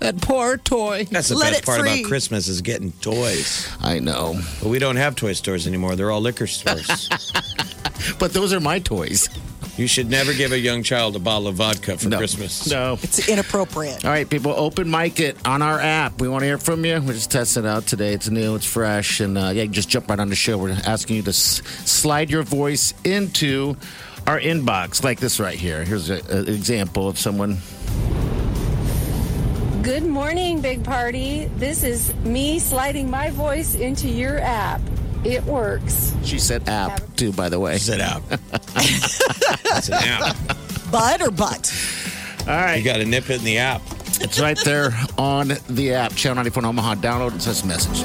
C: That poor toy.
E: That's the
F: Let
E: best
F: it
E: part
F: free.
E: about Christmas is getting toys.
C: I know.
E: But we don't have toy stores anymore. They're all liquor stores.
C: But those are my toys.
E: you should never give a young child a bottle of vodka for
C: No.
E: Christmas.
C: No.
F: It's inappropriate.
C: All right, people, open mic it on our app. We want to hear from you. We're just testing it out today. It's new, it's fresh, and uh, yeah, you can just jump right on the show. We're asking you to s- slide your voice into our inbox, like this right here. Here's a- a- an example of someone.
H: Good morning, Big Party. This is me sliding my voice into your app. It works.
C: She said app, too, by the way.
E: Sit out. it's an app.
F: Bud or butt?
C: All right.
E: You got to nip it in the app.
C: It's right there on the app, Channel 94 in Omaha. Download and send us a message.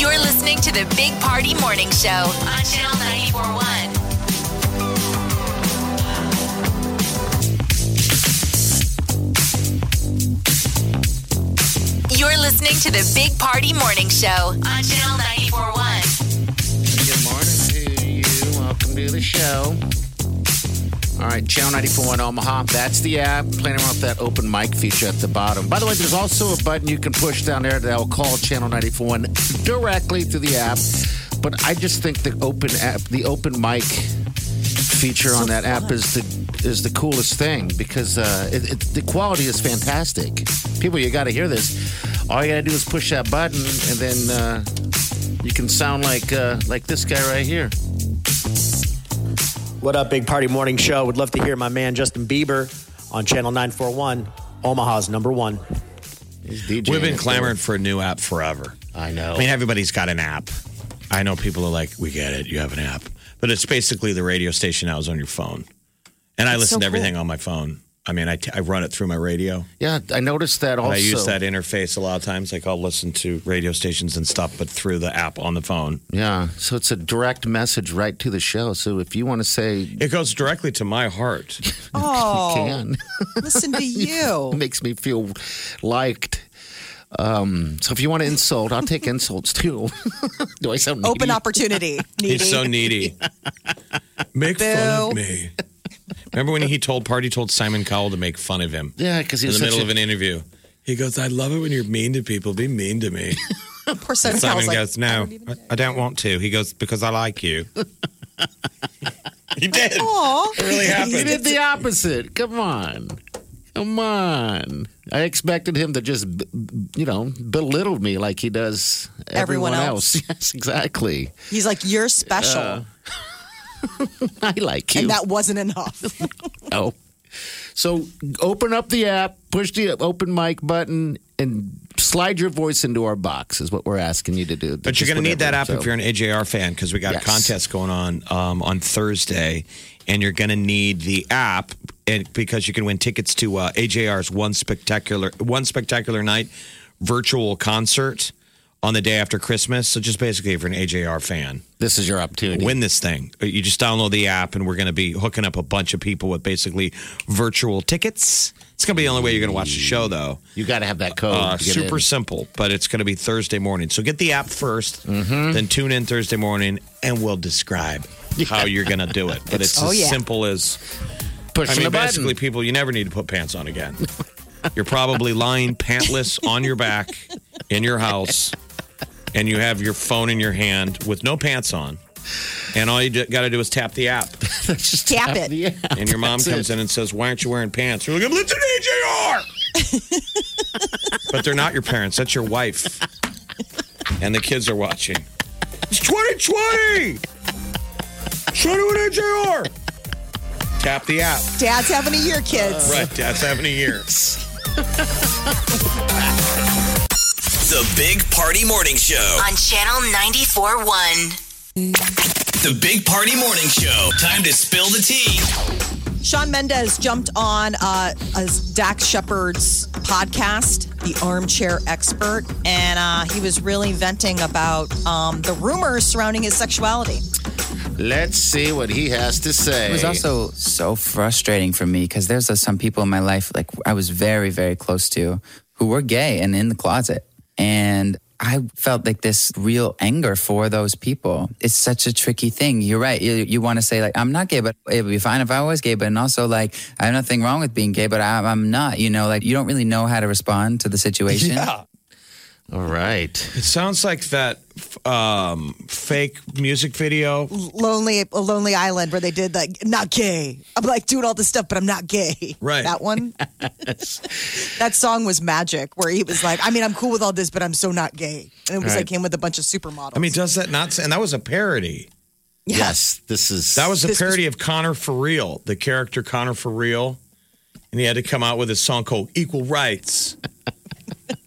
B: You're listening to the Big Party Morning Show on Channel 941. listening to the Big Party Morning Show on Channel 941.
C: Good morning to you. Welcome to the show. All right, Channel 941 Omaha. That's the app. Playing around with that open mic feature at the bottom. By the way, there's also a button you can push down there that will call Channel 941 directly through the app. But I just think the open app, the open mic feature on that app is the is the coolest thing because uh, it, it, the quality is fantastic. People, you got to hear this. All you got to do is push that button, and then uh, you can sound like uh, like this guy right here.
I: What up, Big Party Morning Show? Would love to hear my man Justin Bieber on Channel 941, Omaha's number one.
C: He's DJing.
E: We've been clamoring for a new app forever.
C: I know.
E: I mean, everybody's got an app. I know people are like, we get it, you have an app. But it's basically the radio station now is on your phone. And I listen to everything on my phone. I mean, I, t- I run it through my radio.
C: Yeah, I noticed that also.
E: I use that interface a lot of times. Like I'll listen to radio stations and stuff, but through the app on the phone.
C: Yeah, so it's a direct message right to the show. So if you want to say
E: It goes directly to my heart.
F: Oh,
C: can,
F: listen to
C: it
F: you.
C: makes me feel liked. Um, so if you want to insult, I'll take insults too. Do I sound
F: Open
C: needy?
F: opportunity. Needy.
E: He's so needy. Make fun of
F: Boo.
E: me. Remember when he told party told Simon Cowell to make fun of him
C: Yeah, because
E: in
C: he's
E: the
C: such
E: middle
C: a-
E: of an interview? He goes, "I love it when you're mean to people. Be mean to me."
F: Poor Simon
E: Simon
F: Cowell's like,
E: goes, "No, I, I don't want to." He goes, "Because I like you." he did.
F: "Aw."
E: It really
C: He
E: happened.
C: did the opposite. Come on. Come on. I expected him to just, b- b- you know, belittle me like he does everyone,
F: Everyone
C: else.
F: else.
C: Yes, exactly. Uh,
F: He's like, you're special.
E: Uh,
C: I like you.
F: and that wasn't enough.
C: Oh. So open up the app, push the open mic button, and slide your voice into our box is what we're asking you to do.
E: But you're
C: Just
E: going to need that app
C: whatever,
E: if
C: so.
E: you're an AJR fan because we got
C: Yes.
E: a contest going on um, on Thursday, and you're going to need the app and because you can win tickets to uh, AJR's one spectacular one spectacular night virtual concert on the day after Christmas. So just basically, if you're an AJR fan,
C: This is your opportunity.
E: win this thing. Uh, You just download the app, and we're going to be hooking up a bunch of people with basically virtual tickets. It's going to be the only way you're going to watch the show, though.
C: you got to have that code.
E: Uh,
C: to get
E: super
C: in.
E: simple, but it's going to be Thursday morning. So get the app 1st
C: Mm-hmm.
E: then tune in Thursday morning, and we'll describe how you're going to do it. But it's,
F: Oh,
E: as
F: yeah.
E: simple as
C: Pushing
E: I mean,
C: the button.
E: basically, people, you never need to put pants on again. You're probably lying pantless on your back in your house, and you have your phone in your hand with no pants on, and all you got to do is tap the app.
C: Just
F: Tap
C: tap
F: it.
C: the app.
E: And your mom
C: That's
E: comes
C: it.
E: in and says, Why aren't you wearing pants? You're like, I'm listening to AJR. but they're not your parents. That's your wife. And the kids are watching. It's 2020. Show to an AJR. Tap the app.
F: Dad's having a year, kids.
E: Right, Dad's having a year.
G: The Big Party Morning Show.
B: On Channel 941.
E: Oh.
G: The Big Party Morning Show. Time to spill the tea.
F: Sean Mendez jumped on uh, as Dax Shepard's podcast, The Armchair Expert, and uh, he was really venting about um, the rumors surrounding his sexuality.
C: Let's see what he has to say.
J: It was also so frustrating for me because there's uh, some people in my life, like I was very, very close to, who were gay and in the closet. And I felt like this real anger for those people. It's such a tricky thing. You're right. You, you want to say, like, I'm not gay, but it would be fine if I was gay. But and also, like, I have nothing wrong with being gay, but I, I'm not. You know, like, you don't really know how to respond to the situation.
C: All right.
E: It sounds like that f- um, fake music video.
F: Lonely, Lonely Island, where they did like not gay. I'm like doing all this stuff, but I'm not gay.
E: Right.
F: That one. that song was magic, where he was like, I mean, I'm cool with all this, but I'm so not gay. And it was
C: All right.
F: like him with a bunch of supermodels.
E: I mean, does that not? And that was a parody.
C: Yes, this is.
E: That was a
F: This was-
E: parody of Connor for Real, the character Connor for Real. And he had to come out with a song called Equal Rights.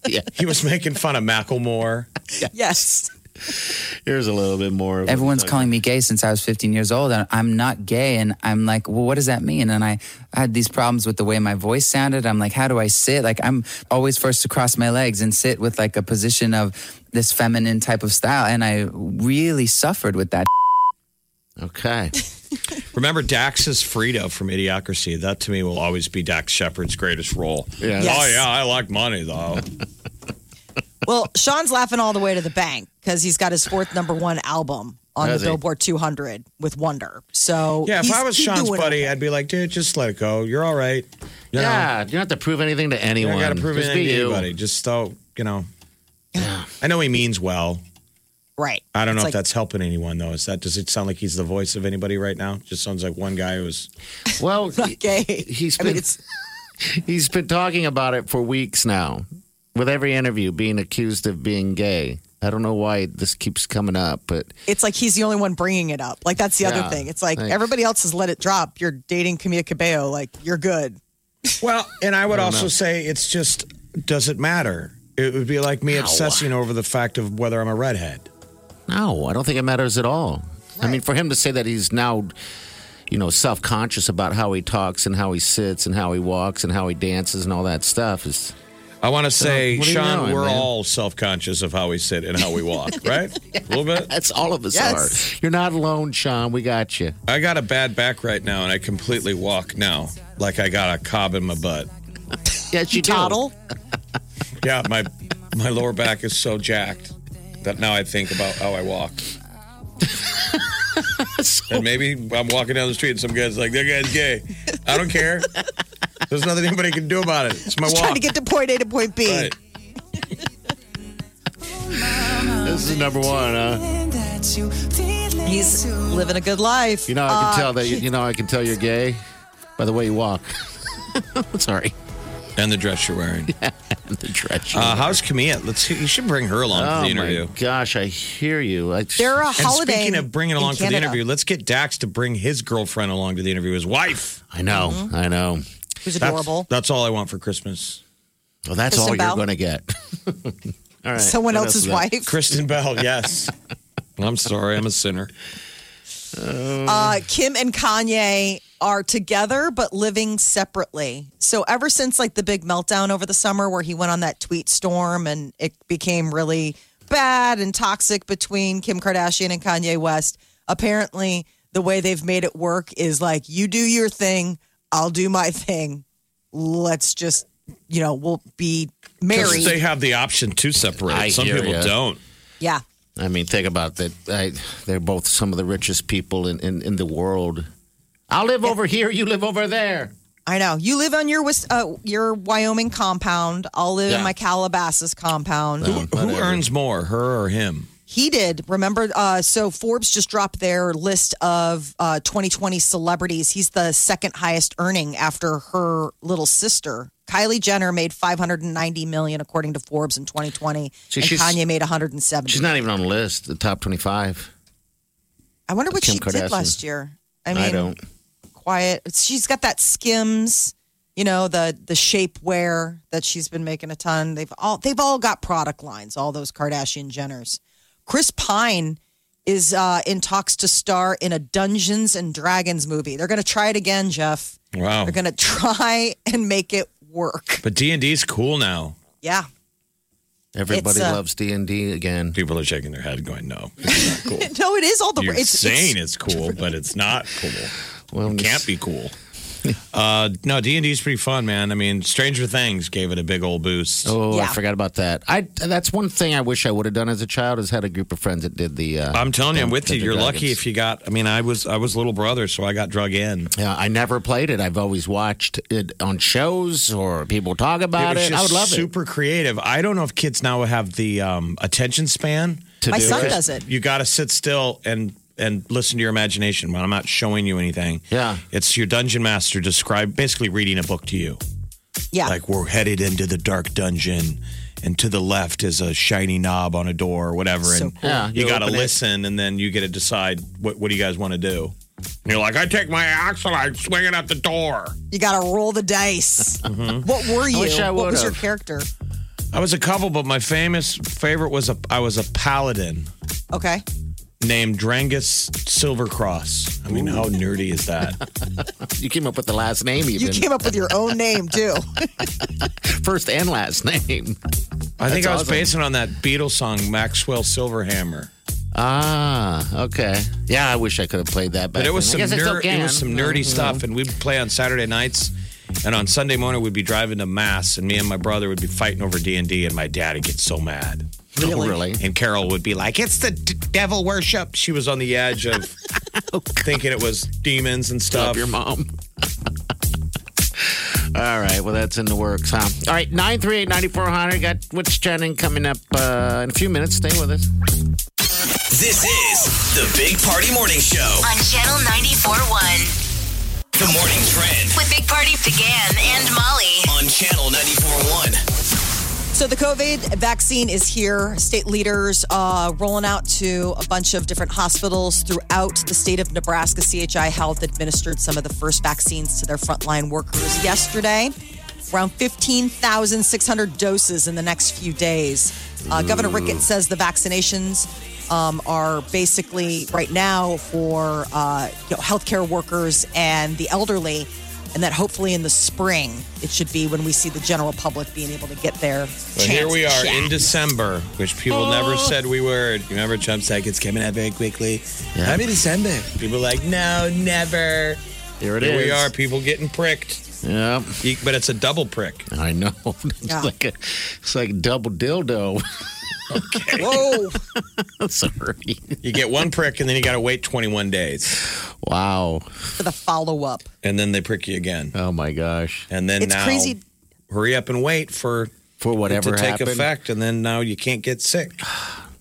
C: Yeah.
E: He was making fun of Macklemore.
F: yes.
C: Here's a little bit more. Of
J: Everyone's calling me gay since I was 15 years old, and I'm not gay. And I'm like, well, what does that mean? And I had these problems with the way my voice sounded. I'm like, how do I sit? Like, I'm always first to cross my legs and sit with like a position of this feminine type of style. And I really suffered with that.
C: Okay.
E: Remember Dax is Frito from Idiocracy. That to me will always be Dax Shepard's greatest role.
C: Yeah.
E: Oh
F: Yes.
E: yeah, I like money though.
F: Well, Sean's laughing all the way to the bank because he's got his fourth number one album on
E: Has
F: the
E: he?
F: Billboard 200 with Wonder. So
E: Yeah, if
F: Oh, he's-
E: I was
F: he's
E: Sean's
F: doing
E: buddy, I'd be like, dude, just let it go. You're all right. You
C: Yeah, you don't have to prove anything to
E: know, you
C: anyone.
E: don't got to prove
C: Just
E: anything
C: be
E: to
C: you.
E: anybody. Just so you know, I know he means well.
F: right.
E: I don't know
F: It's
E: if that's helping anyone though. Is that does it sound like he's the voice of anybody right now? Just sounds like one guy who's
C: Well,
F: like, gay.
C: he's
F: I mean,
C: been-
F: it's
C: he's been talking about it for weeks now, with every interview being accused of being gay. I don't know why this keeps coming up, but
F: it's like he's the only one bringing it up. Like that's the
C: Yeah,
F: other thing. It's like
C: thanks.
F: everybody else has let it drop. You're dating Camila Cabello. Like you're good.
E: well. And I would also
C: know.
E: say it's just does it matter? It would be like me obsessing over the fact of whether I'm a redhead.
C: no, I don't think it matters at all. I mean, for him to say that he's now, you know, self conscious about how he talks and how he sits and how he walks and how he dances and all that stuff is.
E: I want to say,
C: what are you
E: Sean,
C: doing,
E: we're
C: man?
E: all self conscious of how we sit and how we walk, right? A little bit.
C: That's all of us
F: Yes.
C: are. You're not alone, Sean. We got you.
E: I got a bad back right now, and I completely walk now like I got a cob in my butt.
C: Yes, you do.
F: Toddle.
E: Yeah, my my lower back is so jacked that now I think about how I walk. and maybe I'm walking down the street and some guy's like, "That guy's gay." I don't care. There's nothing anybody can do about it. It's my
F: Just
E: walk.
F: trying to get to point A to point B.
E: Right.
C: This is number one, huh?
F: He's living a good life. Uh,
C: You know, I can tell that. You, you know, I can tell you're gay by the way you walk. Sorry,
E: And the dress you're wearing.
C: the dredge.
E: Uh, how's Camille? Let's. You should bring her along
C: oh
E: for the
C: my
E: interview.
C: gosh, I hear you. I
F: There are a
E: And
F: holiday.
E: speaking of bringing
F: in
E: along for the
F: Canada.
E: interview, let's get Dax to bring his girlfriend along to the interview, his wife.
C: I know, I know.
F: Mm-hmm. who's
E: That's,
F: adorable.
E: That's all I want for Christmas.
C: Well, that's all
F: Kristen
C: you're
F: Bell?
C: going to get. all right.
F: Someone
C: what
F: else's
C: else is
F: wife.
E: Kristen Bell, yes. I'm sorry, I'm a sinner.
F: Uh, Kim and Kanye are together but living separately. So ever since like the big meltdown over the summer where he went on that tweet storm and it became really bad and toxic between Kim Kardashian and Kanye West, apparently the way they've made it work is like you do your thing, I'll do my thing. Let's just, you know, we'll be married.
E: They have the option to separate.
C: I
E: Some
C: hear
E: people
C: ya.
E: don't.
F: yeah.
C: that? I mean, think about that. I, they're both some of the richest people in, in, in the world. I'll live over here. You live over there.
F: I know. You live on your Wis- uh, your Wyoming compound. I'll live
C: Yeah.
F: in my Calabasas compound.
E: Who earns more, her or him?
F: He did. Remember, uh, so Forbes just dropped their list of uh, 2020 celebrities. He's the second highest earning after her little sister. Kylie Jenner made 590 million according to Forbes in 2020,
C: See,
F: and
C: she's-
F: Kanye made 170.
C: She's not even on the list. The top twenty-five.
F: I wonder what
C: Kim
F: she
C: Kardashian.
F: did last year. I
C: I,
F: mean,
C: don't.
F: quiet. She's got that Skims, you know, the the shapewear that she's been making a ton. They've all they've all got product lines. All those Kardashian Jenners. Chris Pine is uh, in talks to star in a Dungeons and Dragons movie. They're going to try it again, Jeff.
E: Wow.
F: They're going to try and make it work.
E: But D&D's cool now.
F: Yeah.
C: Everybody
F: uh,
C: loves D and D again.
E: People are shaking their head going, no, it's not cool.
F: No, it is all the
E: You're
F: it's,
E: saying
F: it's-
E: it's, cool, but it's not cool.
C: Well,
E: It can't be cool. Uh, no, D&D's pretty fun, man. I mean, Stranger Things gave it a big old boost.
C: Oh, I
F: Yeah.
C: forgot about that. I that's one thing I wish I would have done as a child is had a group of friends that did the. Uh,
E: I'm telling you, I'm with you.
C: Dungeons
E: You're
C: and
E: lucky
C: Dragons.
E: if you got. I mean, I was I was little brother, so I got drug in.
C: Yeah, I never played it. I've always watched it on shows or people talk about
E: was
C: it. I would
E: just
C: love
E: super creative. I don't know if kids now have the um, attention span.
C: it. To
F: My
C: do
F: son
C: it.
F: does it.
E: You got to sit still and and listen to your imagination. When I'm not showing you anything,
C: Yeah.
E: it's your dungeon master describe basically reading a book to you.
F: Yeah.
E: Like we're headed into the dark dungeon, and to the left is a shiny knob on a door or whatever.
F: So
E: and
F: cool.
C: Yeah,
E: you,
C: you
E: got to
C: open it.
E: listen, and then you get to decide what what do you guys want to do. And you're like, I take my axe and I swing it at the door. Mm-hmm.
F: you got to roll the dice. What were you?
C: wish I
F: what was your
C: would've.
F: character?
E: I was a couple, but my famous favorite was a I was a paladin
F: Okay.
E: named Drangus Silvercross. I mean, how nerdy is that?
C: You came up with the last name,
F: You
C: even
F: came up with your own name too.
C: first and last name.
E: I think I was
C: awesome.
E: basing it on that Beatles song Maxwell Silverhammer.
C: Ah, okay. Yeah, I wish I could have played that. Back
E: But it was
C: then. I guess
E: some
C: I still
E: ner- it
C: can. Mm-hmm.
E: was some nerdy stuff and we'd play on Saturday nights And on Sunday morning, we'd be driving to mass, and me and my brother would be fighting over D and D, and my dad would get so mad. Oh,
C: Really? really?
E: And Carol would be like, "It's the d- devil worship." She was on the edge of Oh, thinking it was demons and stuff.
C: Love your mom. All right. Well, that's in the works, huh? All right. 938 9400. Got what's trending coming up uh, in a few minutes. Stay with us.
G: This is the Big Party Morning Show.
B: on Channel 94.1
G: The Morning Trend
B: with Big Party began and Molly.
G: on Channel 94.1.
F: So the COVID vaccine is here. State leaders uh, rolling out to a bunch of different hospitals throughout the state of Nebraska. CHI Health administered some of the first vaccines to their frontline workers yesterday. Around 15,600 doses in the next few days. Uh, Governor Ricketts says the vaccinations um, are basically right now for uh, you know, healthcare workers and the elderly and that hopefully in the spring it should be when we see the general public being able to get their.
E: But here
F: chance Oh.
E: we
F: to
E: are
F: chat.
E: in December, which people never said we were. You remember Trump's like, it's coming out very quickly. Happy December. People like, no, never.
C: Here it is.
E: Here we are, people getting pricked.
C: Yep.
E: You- But it's a double prick.
C: I know. It's
F: Yeah.
C: like a, it's like double dildo.
F: Whoa!
C: Sorry.
E: You get one prick, and then you got to wait 21 days.
C: Wow.
F: For the follow up,
E: And then they prick you again.
C: Oh my gosh.
E: And then
F: It's
E: now,
F: crazy.
E: hurry up and wait for
C: For whatever
E: it to take
C: happened.
E: effect. And then now you can't get sick.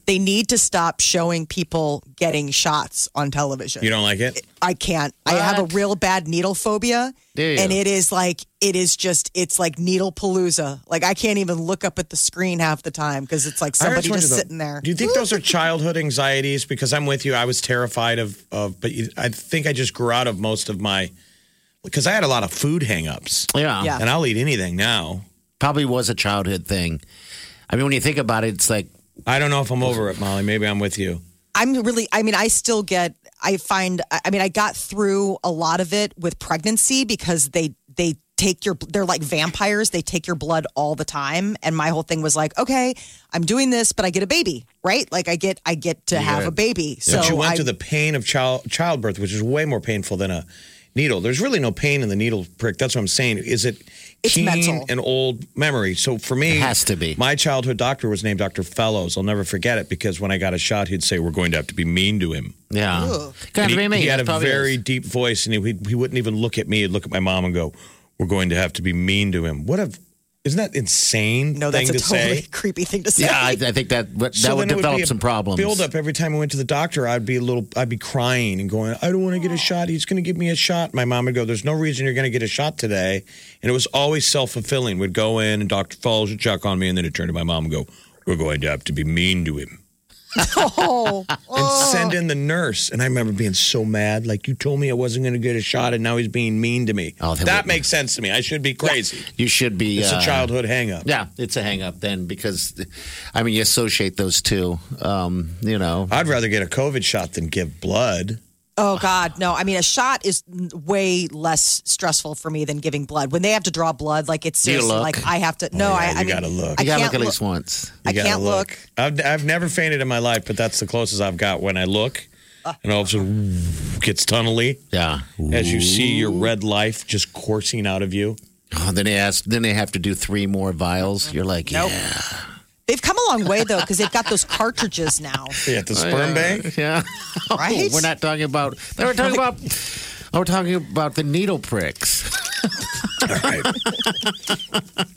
F: they need to stop showing people getting shots on television.
E: You don't like it?
F: I can't. I have a real bad needle phobia.
C: Do you?
F: And it is like, it is just, it's like needle palooza. Like, I can't even look up at the screen half the time because it's like
E: I always
F: somebody
E: wondered,
F: just
E: though,
F: sitting there.
E: Do you think those are childhood anxieties? Because I'm with you. I was terrified of, of but you, I think I just grew out of most of my, because I had a lot of food hangups.
C: Yeah.
F: Yeah.
E: And I'll eat anything now.
C: Probably was a childhood thing. I mean, when you think about it, it's like,
E: I don't know if I'm over it, Molly. Maybe I'm with you.
F: I'm really, I mean, I still get, I find, I I mean, I got through a lot of it with pregnancy because they, they, Take your, they're like vampires. They take your blood all the time. And my whole thing was like, okay, I'm doing this, but I get a baby, right? Like I get, I get to have
E: get
F: a
E: it.
F: baby. So
E: but you went
F: I,
E: through the pain of child childbirth, which is way more painful than a needle. There's really no pain in the needle prick. That's what I'm saying. Is it
F: It's
E: keen
F: mental.
E: and old memory? So for me,
C: It has to be.
E: My childhood doctor was named Dr. Fellows. I'll never forget it because when I got a shot, he'd say, "We're going to have to be mean to him."
C: yeah.
E: And
C: Kind of
E: he,
C: I mean,
E: he had
C: it
E: a
C: probably
E: very
C: is.
E: deep voice, and he, he wouldn't even look at me. He'd look at my mom and go, "We're going to have to be mean to him." What a isn't that insane?
F: no,
E: thing
F: that's a
E: to
F: totally
E: say?
F: creepy thing to say.
C: Yeah, I, I think that that
E: So
C: would
E: then it
C: develop
E: be a
C: some problems.
E: Build up every time I went to the doctor, I'd be a little, I'd be crying and going, I don't want to get a shot. He's going to give me a shot. My mom would go, There's no reason you're going to get a shot today. And it was always self fulfilling. Would go in and Doctor Falls would check on me, and then it turned to my mom and go, We're going to have to be mean to him.
F: Oh,
E: And send in the nurse. And I remember being so mad, like you told me I wasn't going to get a shot, and now he's being mean to me.
C: Oh, that
E: that
C: would-
E: makes sense to me. I should be crazy.
C: You should be.
E: It's
C: uh,
E: a childhood hang up.
C: Yeah, it's a hang up then because, I mean, you associate those two. Um, you know,
E: I'd rather get a COVID shot than give blood.
F: Oh God, no! I mean, a shot is way less stressful for me than giving blood. When they have to draw blood, like it's
C: Do you
F: seriously
C: look?
F: like I have to.
E: Oh,
F: No,
E: yeah,
F: I, I
E: you
F: mean,
E: gotta look.
F: I
C: you got to
F: can't
C: look at least once.
F: I
E: You gotta
F: can't look.
E: I've, I've never fainted in my life, but that's the closest I've got when I look. And all of a sudden, gets tunnely
C: Yeah.
E: as you see your red life just coursing out of you.
C: Oh, then they ask. Then they have to do three more vials. You're like, yeah,
F: They've come a long way though because they've got those cartridges now,
E: Yeah, at the sperm bank.
C: yeah.
F: right?
C: We're not talking about. They were talking about. Oh, we're talking about the needle pricks.
E: All right.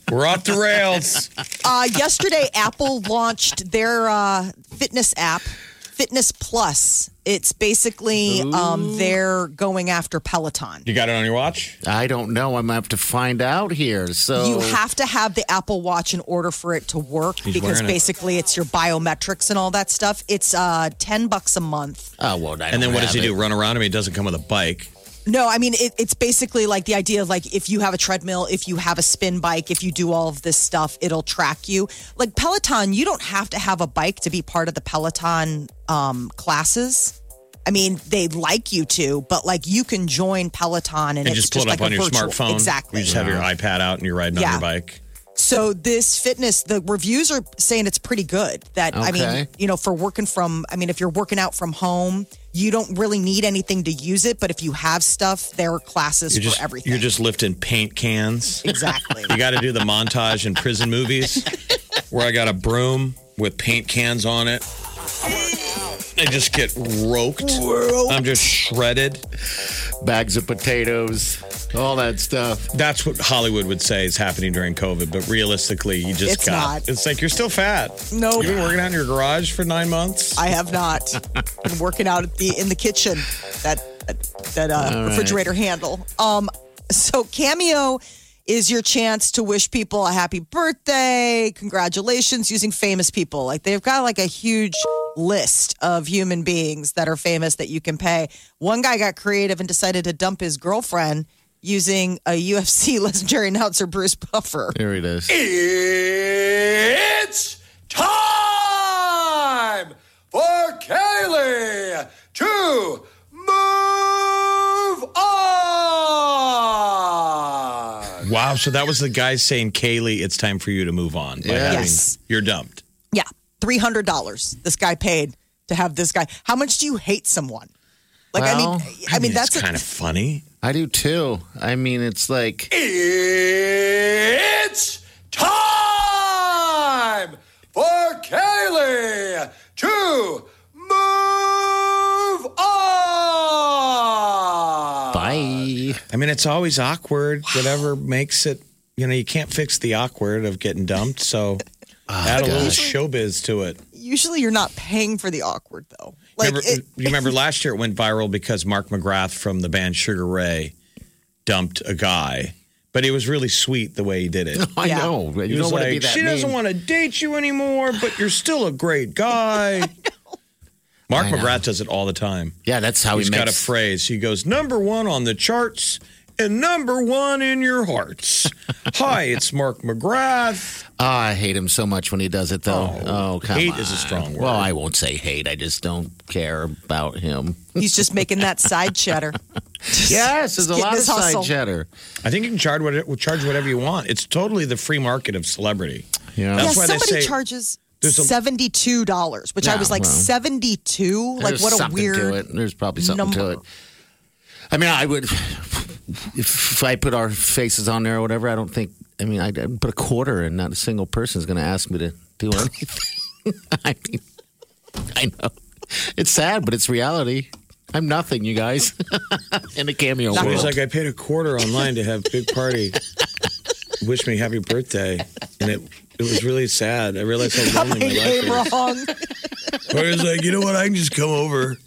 E: We're off the rails.
F: Uh, yesterday, Apple launched their uh, fitness app, Fitness Plus. It's basically um, they're going after Peloton.
E: You got it on your watch?
C: I don't know. I'm gonna have to find out here. So
F: You have to have the Apple Watch in order for it to work because
E: wearing it.
F: basically it's your biometrics and all that stuff. It's uh, 10 bucks a month.
C: Oh well. I
E: And then
C: don't
E: what does
C: have
E: he do?
C: it.
E: Run around? I mean, it doesn't come with a bike.
F: No, I mean, it, it's basically like the idea of like if you have a treadmill, if you have a spin bike, if you do all of this stuff, it'll track you. Like Peloton, you don't have to have a bike to be part of the Peloton um, classes. I mean, they like you to, but like you can join Peloton
E: And
F: and, it's
E: just pull it
F: like
E: up on
F: a
E: your
F: virtual-
E: smartphone.
F: Exactly.
E: You just have your iPad out and you're riding on
F: Yeah.
E: your bike.
F: So this fitness, the reviews are saying it's pretty good. That I mean,
C: Okay.
F: you know, for working from, I mean, if you're working out from home, you don't really need anything to use it. But if you have stuff, there are classes
E: You're just,
F: for everything.
E: you're just lifting paint cans.
F: exactly.
E: You got to do the montage in prison movies where I got a broom with paint cans on it. I just get roped. I'm just shredded.
C: Bags of potatoes, all that stuff.
E: That's what Hollywood would say is happening during COVID, but realistically, you just
F: It's
E: got.
F: not.
E: It's like you're still fat.
F: No.
E: You've been working out in your garage for nine months.
F: I have not been working out at the in the kitchen that that uh, refrigerator handle. Um, so cameo is your chance to wish people a happy birthday, congratulations, using famous people. Like they've got like a huge list of human beings that are famous that you can pay. One guy got creative and decided to dump his girlfriend using a UFC legendary announcer Bruce Buffer.
C: There it is.
K: It's time for Kaylee to move on.
E: Wow. So that was the guy saying, Kaylee, it's time for you to move on. by
C: Yeah.
E: having-
F: Yes.
E: You're dumped.
F: Yeah, three hundred dollars. This guy paid to have this guy. How much do you hate someone? Like I
C: Well,
F: mean, I mean that's
E: it's
F: a,
E: kind of funny.
C: I do too. I mean, it's like
E: Eh.
K: It's time for Kaylee to move on.
C: bye.
E: I mean, it's always awkward. Whatever makes it, you know, you can't fix the awkward of getting dumped. So
C: Ah,
E: add a little showbiz to it.
F: usually you're not paying for the awkward though. Like
E: remember,
F: it,
E: you remember last year it went viral because Mark McGrath from the band Sugar Ray dumped a guy, but it was really sweet the way he did it.
C: I
F: Yeah.
C: know. You
E: He was
C: don't want to be
E: like,
C: that
E: she doesn't
C: mean."
E: want to date you anymore, but you're still a great guy. Mark
C: I know.
E: McGrath does it all the time.
C: Yeah, that's how
E: He's
C: he
E: got a
C: makes.
E: phrase. He goes, number one on the charts and number one in your hearts. Hi, it's Mark McGrath.
C: Oh, I hate him so much when he does it, though. Oh, come
E: hate
C: on.
E: is a strong word.
C: Well, I won't say hate. I just don't care about him.
F: he's just making that side cheddar.
C: Yes, there's a
F: getting
C: lot of
F: his hustle.
C: side cheddar.
E: I think you can charge whatever, charge whatever you want. It's totally the free market of celebrity.
C: Yeah.
F: yeah,
E: That's why they
F: somebody
E: say-
F: charges
E: There's a-
F: seventy two dollars, which I
C: Yeah,
F: was like
C: well.
F: seventy two. Like
C: There's
F: what a
C: something
F: weird.
C: To it. There's probably something
F: number.
C: to it. I mean, I would if I put our faces on there or whatever. I don't think. I mean, I'd I'd put a quarter, and not a single person is going to ask me to do anything. I mean, I know it's sad, but it's reality. I'm nothing, you guys, in a cameo
E: So he's
C: world.
E: like, I paid a quarter online to have big party. Wish me happy birthday, and it it was really sad. I realized how lonely my life
F: Hey,
E: is.
F: wrong.
E: Where he's like, you know what? I can just come over.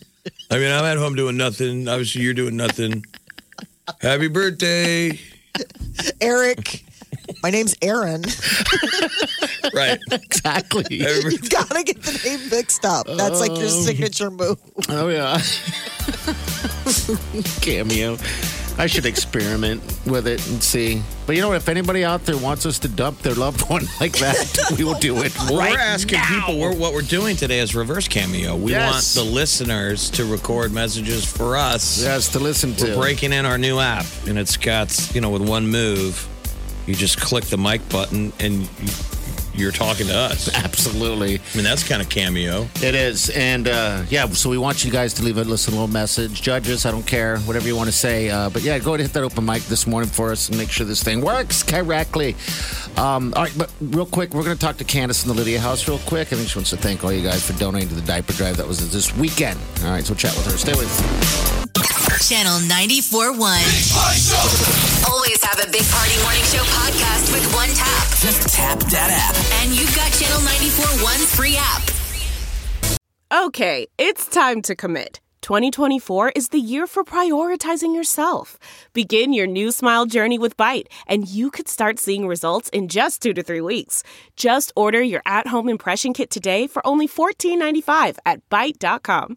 E: I mean, I'm at home doing nothing. Obviously, you're doing nothing. Happy birthday!
F: Eric. My name's Aaron.
E: Right?
C: exactly.
E: Happy
F: You
E: birthday.
F: gotta get the name mixed up. That's like your signature move.
C: Oh yeah. Cameo. I should experiment with it and see. But you know what? If anybody out there wants us to dump their loved one like that, we will do it.
E: we're asking people. We're, what we're doing today is reverse cameo. We
C: Yes.
E: want the listeners to record messages for us.
C: Yes, to listen to.
E: We're breaking in our new app, and it's got you know with one move, you just click the mic button and you're talking to us. I
C: Absolutely.
E: mean that's kind of cameo.
C: It is. And uh, yeah, so we want you guys to leave a listen, little message. Judges, I don't care, whatever you want to say. Uh, but yeah, go ahead and hit that open mic this morning for us and make sure this thing works correctly. Um, all right, but real quick, we're going to talk to Candace in the Lydia house real quick. I think she wants to thank all you guys for donating to the diaper drive that was this weekend. All right, so chat with her. Stay with us.
B: Channel 94.1. Always have a Big Party Morning Show podcast with one tap. Just tap that app. And you've got Channel 94.1's free app.
L: Okay, it's time to commit. 2024 is the year for prioritizing yourself. Begin your new smile journey with Bite, and you could start seeing results in just two to three weeks. Just order your at home impression kit today for only $14.95 at Bite.com.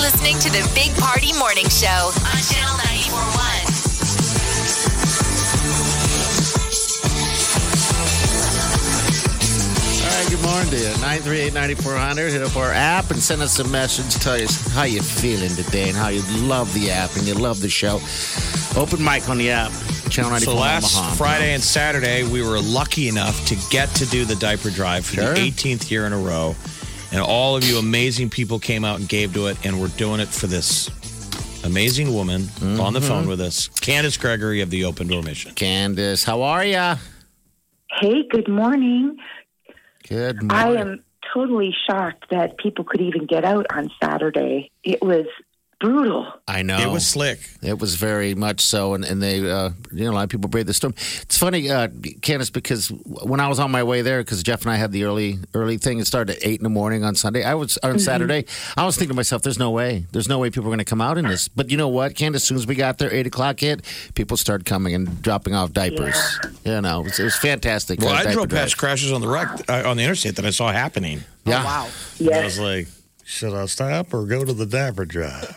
B: listening to the Big Party Morning Show on Channel 941.
C: All right, good morning to you. 938-9400. Hit up our app and send us a message. Tell us how you're feeling today and how you love the app and you love the show. Open mic on the app. Channel 94
E: So last
C: Omaha.
E: Friday and Saturday, we were lucky enough to get to do the diaper drive for the 18th year in a row. And all of you amazing people came out and gave to it, and we're doing it for this amazing woman on the
C: Mhm.
E: phone with us, Candace Gregory of the Open Door Mission.
C: Candace, how are ya?
M: Hey, good morning.
C: Good
M: I
C: morning.
M: am totally shocked that people could even get out on Saturday. It was brutal.
C: I know. It was slick. It was very much so. And, and they, uh, you know, a lot of people braved the storm. It's funny, uh, Candace, because when I was on my way there, because Jeff and I had the early early thing, it started at 8 in the morning on Sunday. I was on
N: Mhm.
C: Saturday. I was thinking to myself, there's no way. There's no way people are going to come out in this. But you know what, Candace, as soon as we got there, 8 o'clock hit, people started coming and dropping off diapers. You know, it was, it was fantastic.
E: Well,
C: uh,
E: I
C: diaper
E: drove
C: drive.
E: past crashes on the wreck uh, on the interstate that I saw happening.
C: Yeah.
E: wow. I was like, should I stop or go to the diaper drive?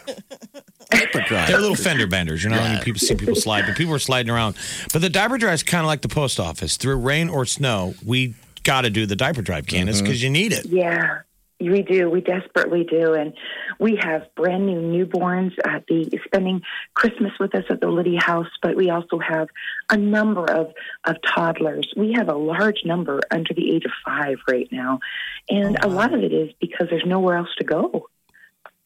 E: They're little fender benders, you know. I mean, people see people slide, but people were sliding around. But the diaper drive is kind of like the post office. Through rain or snow, we got to do the diaper drive, Candace,
M: Mm-hmm.
E: because you need it.
M: Yeah, we do. We desperately do. And we have brand new newborns at the spending Christmas with us at the Liddy House, but we also have a number of, of toddlers. We have a large number under the age of five right now. And
E: Oh,
M: a lot of it is because there's nowhere else to go.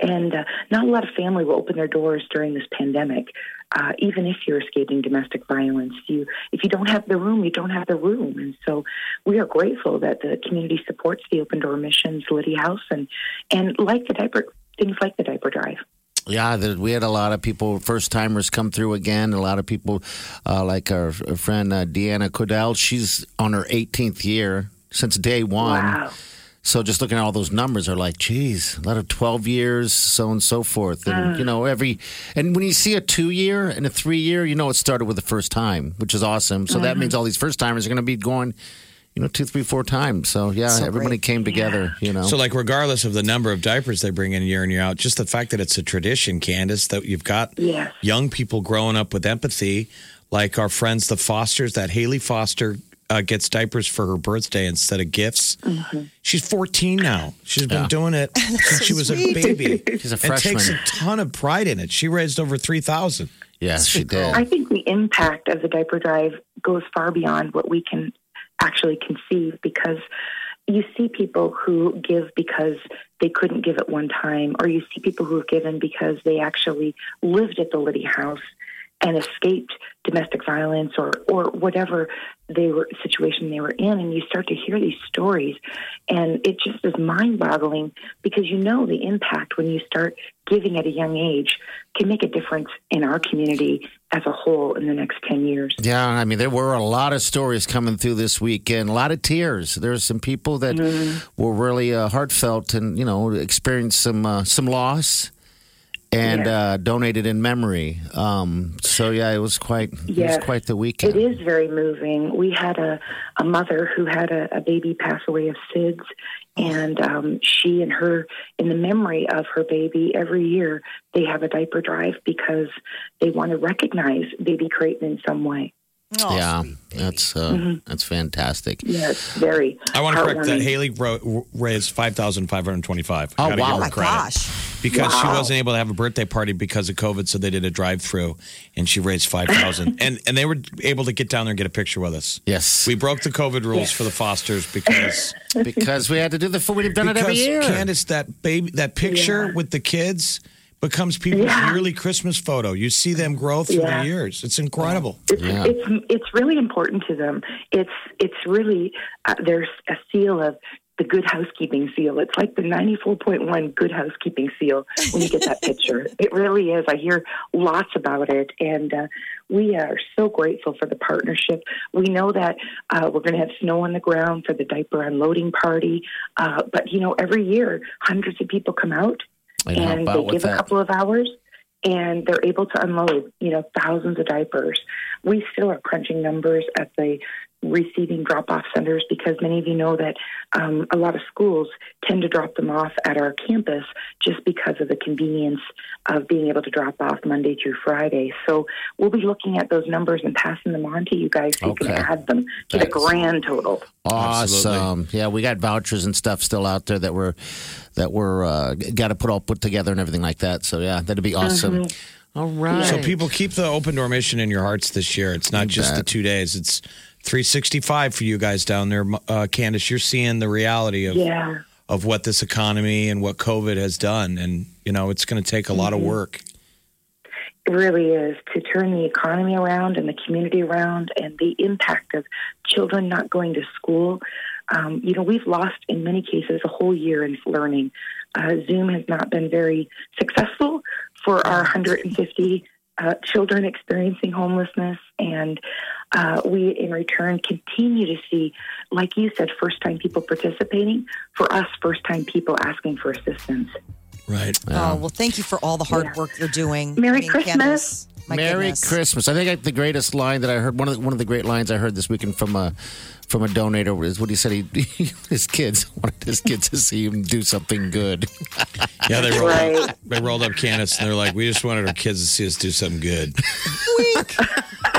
M: And uh, not a lot of family will open their doors during this pandemic. Uh, even if you're escaping domestic violence, you if you don't have the room, you don't have the room. And so, we are grateful that the community supports the Open Door Missions Liddy House and and like the diaper things like the diaper drive.
C: Yeah, there, we had a lot of people, first timers, come through again. A lot of people, uh, like our, our friend uh, Deanna Cordell, she's on her 18th year since day one. So just looking at all those numbers are like, geez, a lot of 12 years, so and so forth. And, you know, every, and when you see a two year and a three year, you know, it started with the first time, which is awesome. So that
N: Mhm.
C: means all these first timers are going to be going, you know, two, three, four times. So yeah,
E: So
C: everybody came together, you know.
E: So, like, regardless of the number of diapers they bring in year in year out, just the fact that it's a tradition, Candace, that you've got
M: Yeah.
E: young people growing up with empathy, like our friends the Fosters, that Haley Foster uh, gets diapers for her birthday instead of gifts. She's 14 now. She's been
C: Yeah.
E: doing it since she was
C: sweet.
E: a baby.
C: She's a
E: And takes a
C: freshman.
E: ton of pride in it. She raised over 3,000.
C: Yes, she did.
M: I think the impact of the diaper drive goes far beyond what we can actually conceive because you see people who give because they couldn't give at one time, or you see people who have given because they actually lived at the Liddy house and escaped domestic violence or, or whatever they were situation they were in and you start to hear these stories and it just is mind boggling because you know the impact when you start giving at a young age can make a difference in our community as a whole in the next 10 years
C: Yeah, I mean, there were a lot of stories coming through this weekend, a lot of tears. There were some people that were really uh, heartfelt and, you know, experienced some uh, some loss and uh, donated in memory. Um, so, yeah, it was quite it
M: Yeah.
C: was quite the weekend.
M: It is very moving. We had a, a mother who had a, a baby pass away of SIDS, and um, she and her, in the memory of her baby, every year they have a diaper drive because they want to recognize baby Creighton in some way.
C: yeah, that's uh, that's fantastic.
M: Yeah, it's very.
E: I want to correct that.
M: heartwarming.
E: Haley ro- raised 5,525.
C: Oh,
E: Gotta
C: wow.
E: give her
C: My
E: credit.
C: gosh.
E: Because she
C: Wow.
E: wasn't able to have a birthday party because of COVID, so they did a drive through and she raised 5,000. and, and they were able to get down there and get a picture with us.
C: Yes.
E: We broke the COVID rules for the Fosters because.
C: Because we had to do the, we'd have done it every
E: Because,
C: year.
E: Candace, that baby, that picture with the kids becomes people's yearly Christmas photo. You see them grow through
M: Yeah.
E: the years. It's incredible.
M: It's, it's it's really important to them. It's it's really uh, there's a seal of the good housekeeping seal. It's like the 94.1 good housekeeping seal when you get that picture. It really is. I hear lots about it and uh, we are so grateful for the partnership. We know that uh, we're going to have snow on the ground for the diaper unloading party, uh, but you know every year hundreds of people come out
C: And help
M: and
C: out
M: they
C: with
M: give a
C: that.
M: couple of hours and they're able to unload, you know, thousands of diapers. We still are crunching numbers at the receiving drop off centers because many of you know that um, a lot of schools tend to drop them off at our campus just because of the convenience of being able to drop off Monday through Friday. So we'll be looking at those numbers and passing them on to you guys so you
C: Okay.
M: can add them, get a grand total.
C: Awesome. Yeah, we got vouchers and stuff still out there that we're that we're uh, got to put all put together and everything like that. So yeah, that'd be awesome. All right.
E: So people keep the open door mission in your hearts this year. It's not just the two days. It's 365 for you guys down there, uh, Candace. You're seeing the reality of
M: Yeah.
E: of what this economy and what COVID has done, and you know it's going to take a lot
M: Mm-hmm.
E: of work.
M: It really is to turn the economy around and the community around and the impact of children not going to school. Um, you know, we've lost in many cases a whole year in learning. Uh, Zoom has not been very successful for our 150 uh, children experiencing homelessness. And uh, we, in return, continue to see, like you said, first time people participating. For us, first time people asking for assistance.
E: Right.
F: Oh, well, thank you for all the hard work you're doing.
M: Merry
F: I mean,
M: Christmas.
F: Candace, my
C: Merry
F: goodness.
C: Christmas. I think I, the greatest line that I heard one of the, one of the great lines I heard this weekend from a from a donator is what he said. He his kids wanted his kids to see him do something good.
E: Yeah, they rolled up, they rolled up Candace, and they're like, "We just wanted our kids to see us do something good."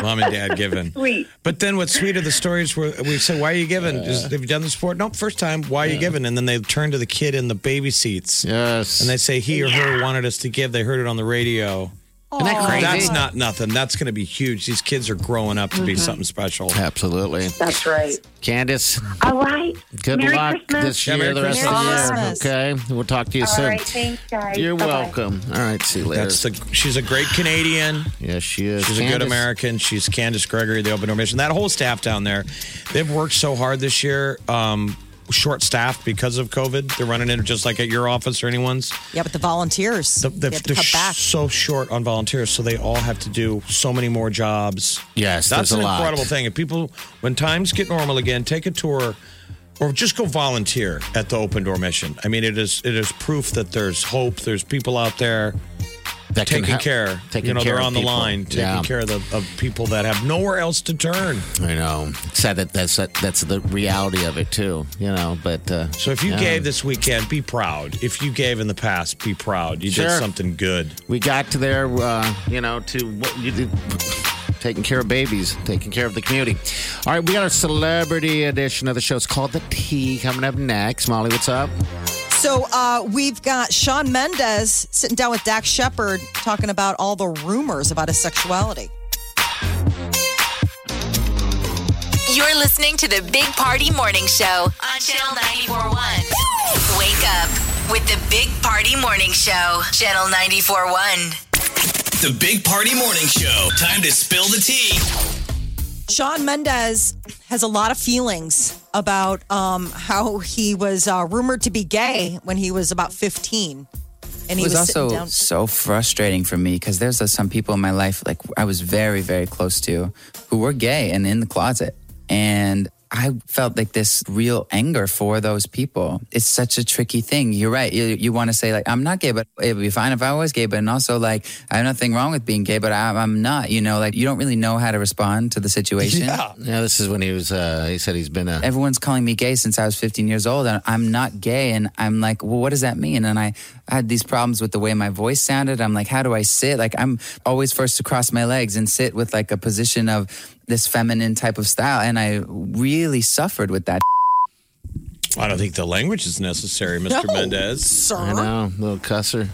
E: Mom and Dad giving.
M: Sweet.
E: But then what's sweet of the stories were we said, Why are you giving? Is- have you done this before? Nope, first time. Why are you giving? And then they turn to the kid in the baby seats.
C: Yes.
E: And they say, He or her wanted us to give. They heard it on the radio.
C: Isn't that crazy?
E: That's not nothing. That's going to be huge. These kids are growing up to be something special.
C: Absolutely.
M: That's right.
C: Candace,
M: All right.
C: good
M: Merry
C: luck
M: Christmas.
C: this
E: Yeah,
C: year,
E: Merry
C: the rest of
M: Christmas.
C: the year. Okay, we'll talk to you soon.
M: All right. Thanks, guys.
C: You're
M: Bye-bye.
C: welcome. All right, see you later.
E: That's the, she's a great Canadian.
C: Yes, she is.
E: She's a good
C: Candace.
E: American. She's Candace Gregory, the Open Door Mission. That whole staff down there, they've worked so hard this year. Um, short staffed because of COVID. They're running into just like at your office or anyone's.
F: Yeah, but the volunteers.
E: They've,
F: they have
E: they're
F: to cut back.
E: so short on volunteers, so they all have to do so many more jobs.
C: Yes,
E: that's
C: there's
E: an
C: a lot.
E: incredible thing. If people, when times get normal again, take a tour or just go volunteer at the Open Door Mission. I mean, it is it is proof that there's hope. There's people out there
C: That can
E: taking
C: help-
E: care.
C: taking
E: you know,
C: care
E: they're
C: of
E: on the
C: people.
E: line taking
C: Yeah.
E: care of, the, of people that have nowhere else to turn.
C: I know. Sad that that's that, that's the reality of it too. You know, but uh,
E: So if you
C: yeah.
E: gave this weekend, be proud. If you gave in the past, be proud. You did
C: Sure.
E: something good.
C: we got to there, uh, you know, to what you did, taking care of babies, taking care of the community. All right, we got our celebrity edition of the show. It's called The Tea coming up next. Molly, what's up?
F: So uh, we've got Sean Mendez sitting down with Dax Shepard talking about all the rumors about his sexuality.
B: You're listening to the Big Party Morning Show on Channel 941. Wake up with the Big Party Morning Show, Channel 941.
G: The Big Party Morning Show. Time to spill the tea.
F: Sean Mendez has a lot of feelings about um, how he was uh, rumored to be gay when he was about 15. And he
J: it was,
F: was,
J: also
F: sitting down.
J: so frustrating for me because there's uh, some people in my life like I was very very close to who were gay and in the closet and I felt like this real anger for those people. It's such a tricky thing. You're right. You, you want to say like I'm not gay, but it would be fine if I was gay. But and also like I have nothing wrong with being gay, but I, I'm not. You know, like you don't really know how to respond to the situation.
C: Yeah, this is when he was. Uh, he said he's been a.
J: Everyone's calling me gay since I was 15 years old, and I'm not gay. And I'm like, well, what does that mean? And I had these problems with the way my voice sounded. I'm like, how do I sit? Like, I'm always first to cross my legs and sit with like a position of this feminine type of style. And I really suffered with that.
E: I don't think the language is necessary, Mr.
F: No,
E: Mendez.
F: sir.
C: I know, little cusser.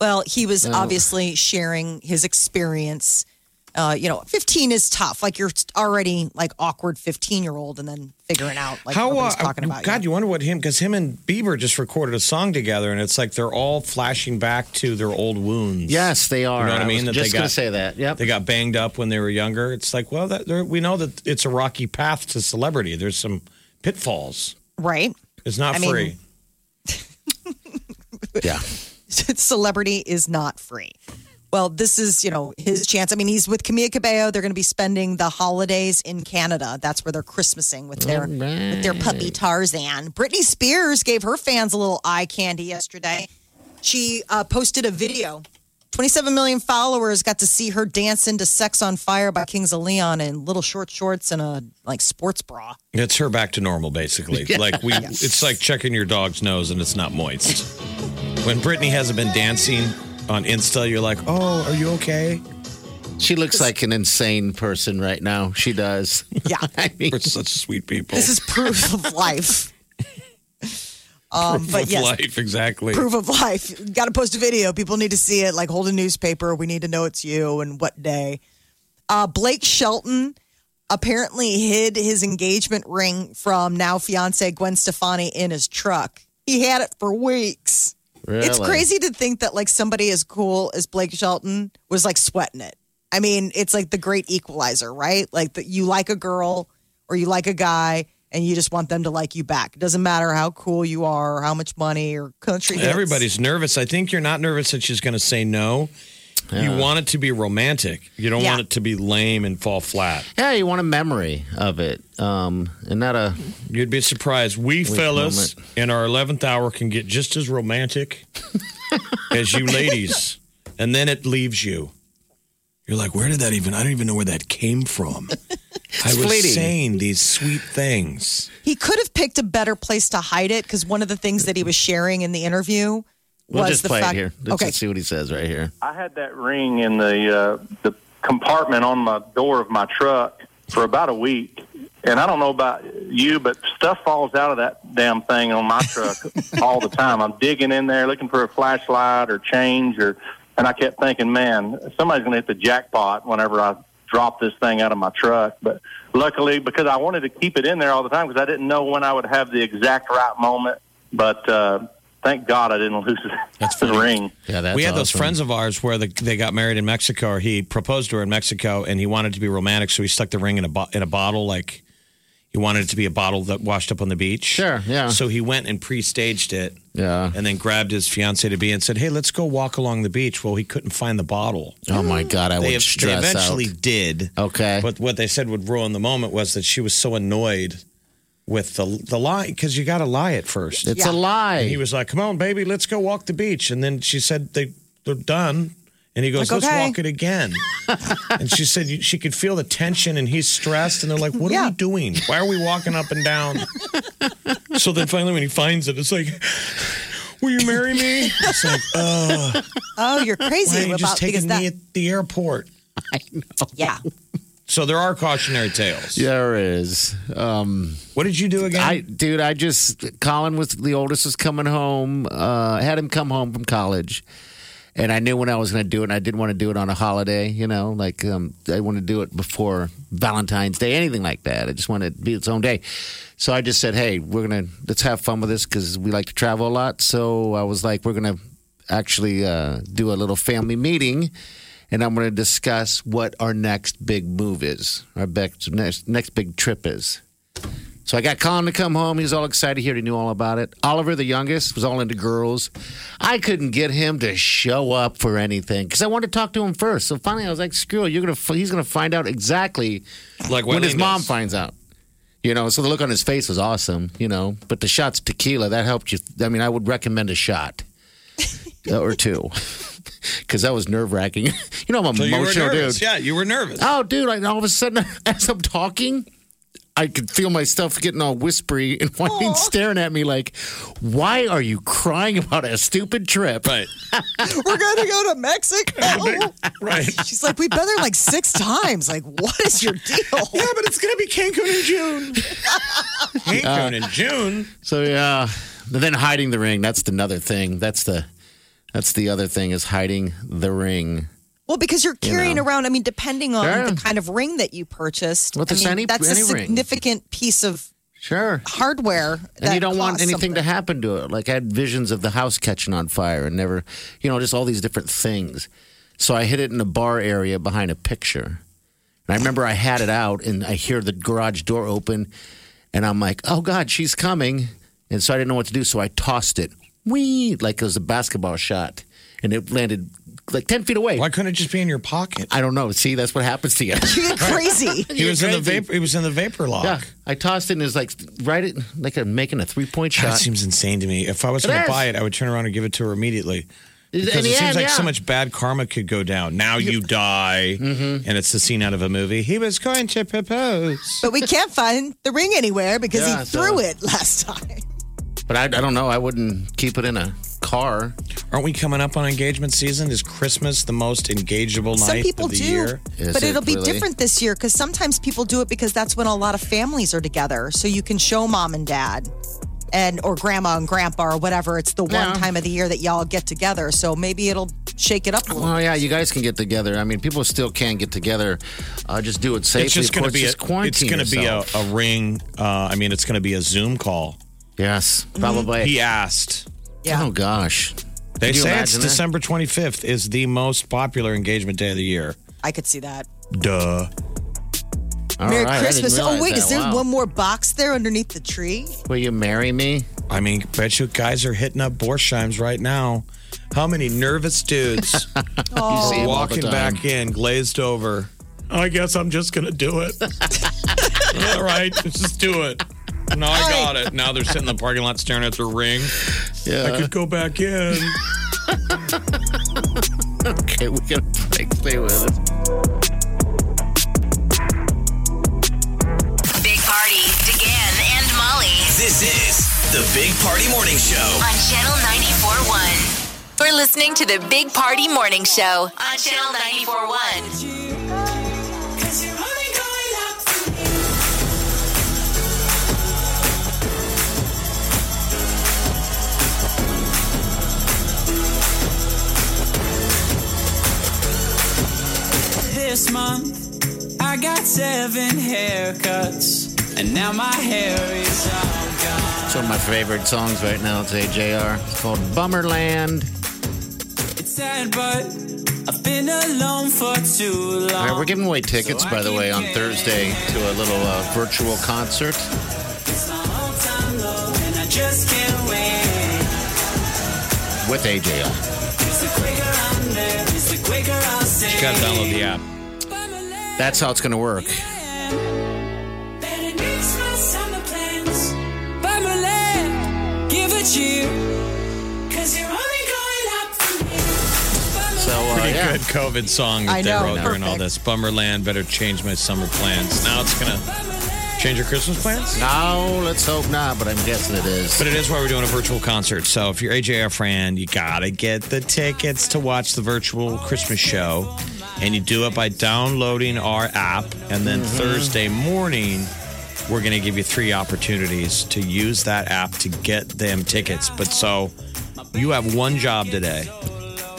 F: Well, he was
C: Oh.
F: obviously sharing his experience. Uh, you know, 15 is tough. Like you're already like awkward 15 year old and then figuring out like
E: How
F: nobody's
E: uh,
F: talking about
E: God, you. wonder what him because him and Bieber just recorded a song together, and it's like they're all flashing back to their old wounds.
C: Yes, they are.
E: You know what I
C: I
E: mean?
C: was
E: they
C: just gonna say that. Yep.
E: They got banged up when they were younger. It's like, well, that, there- we know that it's a rocky path to celebrity. There's some pitfalls.
F: you. Right?
E: It's not
F: I mean-
E: free.
C: Yeah.
F: Celebrity is not free. Well, this is, you know, his chance. I mean, he's with Camila Cabello. They're going to be spending the holidays in Canada. That's where they're Christmasing with
C: Oh,
F: their with their puppy Tarzan. Britney Spears gave her fans a little eye candy yesterday. She uh, posted a video 27 million followers got to see her dance into Sex on Fire by Kings of Leon in little short shorts and a like sports bra.
E: It's her back to normal, basically.
F: Yeah.
E: Like we,
F: Yes.
E: it's like checking your dog's nose and it's not moist. When Britney hasn't been dancing on Insta, you're like, oh, are you okay?
C: She looks like an insane person right now. She does.
F: Yeah.
C: I mean,
E: We're such sweet people.
F: This is proof of life. Um,
E: Proof
F: but
E: of
F: yes,
E: life, exactly.
F: proof of life. Got to post a video. People need to see it. Like hold a newspaper. We need to know it's you and what day. Uh, Blake Shelton apparently hid his engagement ring from now fiance Gwen Stefani in his truck. He had it for weeks. It's
C: Really?
F: crazy to think that like somebody as cool as Blake Shelton was like sweating it. I mean, it's like the great equalizer, right? Like that you like a girl or you like a guy and you just want them to like you back. It doesn't matter how cool you are or how much money or country. hits.
E: Everybody's nervous. I think you're not nervous that she's going to say no. You want it to be romantic. You don't
C: Yeah.
E: want it to be lame and fall flat.
C: yeah, you want a memory of it, um, and not a.
E: You'd be surprised. We
C: Wait a
E: fellas in our 11th hour can get just as romantic as you ladies. And then it leaves you. You're like, where did that even? I don't even know where that came from. I was
F: fleeting.
E: saying these sweet things.
F: He could have picked a better place to hide it because one of the things that he was sharing in the interview
C: We'll
F: was
C: just
F: the
C: play
F: fact.
C: it here. Let's
F: okay,
C: just see what he says right here.
N: I had that ring in the uh, the compartment on my door of my truck for about a week, and I don't know about you, but stuff falls out of that damn thing on my truck all the time. I'm digging in there looking for a flashlight or change, or and I kept thinking, man, somebody's going to hit the jackpot whenever I drop this thing out of my truck. But luckily, because I wanted to keep it in there all the time, because I didn't know when I would have the exact right moment, but. Uh, Thank God I didn't lose the ring.
C: Yeah,
E: we had those friends of ours where the, they got married in Mexico, or he proposed to her in Mexico, and he wanted to be romantic, so he stuck the ring in a bo- in a bottle, like he wanted it to be a bottle that washed up on the beach. Sure,
C: yeah.
E: So he went and pre-staged it,
C: Yeah.
E: and then grabbed his fiancee to be and said, "Hey, let's go walk along the beach." Well, he couldn't find the bottle.
C: Oh my God, I
E: they,
C: would
E: ev- they
C: stress
E: eventually
C: out.
E: did.
C: Okay,
E: but what they said would ruin the moment was that she was so annoyed with the the lie because you got to lie at first.
C: It's a lie.
E: And he was like, "Come on, baby, let's go walk the beach." And then she said, "They they're done." And he goes,
C: Like,
E: "Let's
C: okay.
E: walk it again." and she said you- she could feel the tension, and he's stressed. And they're like, "What are we doing? Why are we walking up and down?" so then finally, when he finds it, it's like, "Will you marry me?" It's like, "Oh,
F: oh, you're crazy
E: Why are you
F: about
E: just
F: because
E: taking
F: that.
E: me at the airport?"
C: I know.
F: Yeah.
E: So there are cautionary tales.
C: There is. Um,
E: what did you do again?
C: I, dude, I just Colin was the oldest was coming home. Uh, I had him come home from college, and I knew when I was going to do it. and I didn't want to do it on a holiday, you know, like um, I want to do it before Valentine's Day, anything like that. I just want it to be its own day. So I just said, hey, we're gonna let's have fun with this because we like to travel a lot. So I was like, we're gonna actually uh, do a little family meeting and I'm going to discuss what our next big move is, our best, next, next big trip is. So I got Colin to come home. He was all excited here. He knew all about it. Oliver, the youngest, was all into girls. I couldn't get him to show up for anything because I wanted to talk to him first. So finally, I was like, "Screw it! You're gonna f- he's gonna find out exactly
E: Like
C: when his
E: Wileen
C: mom
E: does.
C: finds out." You know, so the look on his face was awesome. You know, but the shots of tequila that helped you. I mean, I would recommend a shot Uh, or two because that was nerve wracking. you know, I'm an
E: So you were
C: emotional
E: nervous.
C: dude.
E: Yeah, you were nervous.
C: Oh, dude! Like all of a sudden, as I'm talking, I could feel myself getting all whispery and Wayne staring at me like, "Why are you crying about a stupid trip?"
E: Right.
F: We're gonna go to Mexico.
E: Right.
F: She's like, we've been there like six times. Like, what is your deal? Yeah,
E: but it's gonna be Cancun in June. Cancun in June.
C: Uh, So yeah, but then hiding the ring—that's another thing. That's the that's the other thing is hiding the ring.
F: Well, because you're
C: You
F: carrying
C: know.
F: around, I mean, depending on
C: Yeah.
F: the kind of ring that you purchased,
C: Well,
F: I
C: there's
F: mean,
C: any-
F: that's
C: any
F: a
C: ring.
F: significant piece of
C: Sure.
F: hardware.
C: And
F: that
C: you don't want
F: costs
C: anything to
F: something.
C: happen to it. Like I had visions of the house catching on fire and never, you know, just all these different things. So I hid it in a bar area behind a picture. And I remember I had it out and I hear the garage door open and I'm like, oh God, she's coming. And so I didn't know what to do. So I tossed it. Whee! Like it was a basketball shot. And it landed like 10 feet away. Why
E: couldn't it just be in your pocket?
C: I don't know. See, that's what happens to you.
F: You're crazy.
E: He was in the vapor. He was in the vapor lock.
C: Yeah, I tossed it and it's like right, at, like I'm making a three point shot.
E: That seems insane to me. If I was
C: It
E: going
C: is.
E: to buy it, I would turn around and give it to her immediately. Because
C: In
E: it
C: the
E: seems
C: end,
E: like so
C: yeah.
E: much bad karma could go down. Now you die,
C: Mm-hmm.
E: and it's the scene out of a movie. He was going to propose.
F: But we can't find the ring anywhere because
C: Yeah,
F: he
C: so-
F: threw it last time.
C: But I, I don't know. I wouldn't keep it in a car.
E: Aren't we coming up on engagement season? Is Christmas the most engageable
F: Some
E: night
F: people
E: of the
F: do,
E: year?
F: but it'll be different this year because sometimes people do it because that's when a lot of families are together. So you can show mom and dad, and or grandma and grandpa or whatever. It's the one
C: Yeah.
F: time of the year that y'all get together. So maybe it'll shake it up a little.
C: Well, yeah, you guys can get together. I mean, people still can get together. Uh, just do it safely.
E: It's just
C: of
E: going to
C: course,
E: be a,
C: just quarantine.
E: It's going to be a,
C: yourself.
E: a ring. Uh, I mean, it's going to be a Zoom call.
C: Yes, probably.
E: He asked.
F: Yeah.
C: Oh gosh.
E: They
C: Could you
E: say it's
C: imagine that?
E: December 25th is the most popular engagement day of the year.
F: I could see that.
E: Duh.
F: Merry Christmas. Oh wait, is there one more box there underneath the tree?
C: Will you marry me?
E: I mean, bet you guys are hitting up Borsheim's right now. How many nervous dudes
F: Oh.
E: are
F: them all
E: walking
F: the time.
E: back in, glazed over? I guess I'm just going to do it. All right, just do it. No, I got it. Now they're sitting in the parking lot staring at their ring.
C: Yeah.
E: I could go back in.
C: okay, we got to break. Stay with us.
B: Big Party, DeGan and Molly
G: This is the Big Party Morning Show.
B: on Channel 94.1. You're listening to the Big Party Morning Show on Channel 94.1.
O: This month, I got seven haircuts, and now my hair is all gone.
C: It's one of my favorite songs right now. It's AJR. It's called Bummerland.
O: It's sad, but I've been alone for too long.
C: All right, we're giving away tickets, by the way, on Thursday to a little uh, virtual concert.
O: time low, and I just can't wait.
C: with AJL.
O: It's the quicker I'm there, it's the quicker I'll say.
E: Just got to download the app.
C: That's how it's going to work.
O: Better nix my summer plans. Buy my land, give a cheer. Cause you're only going up from here.
C: So, uh,
E: Pretty
C: yeah.
E: good COVID song that
O: I
E: they
O: know,
E: wrote during all this.
O: perfect.
E: Bummerland, better change my summer plans. Now it's going to change your Christmas plans?
C: No, let's hope not, but I'm guessing it is.
E: But it is why we're doing a virtual concert. So if you're AJR friend, you gotta get the tickets to watch the virtual Christmas show. And you do it by downloading our app. And then
C: Mhm.
E: Thursday morning, we're gonna give you three opportunities to use that app to get them tickets. But so you have one job today,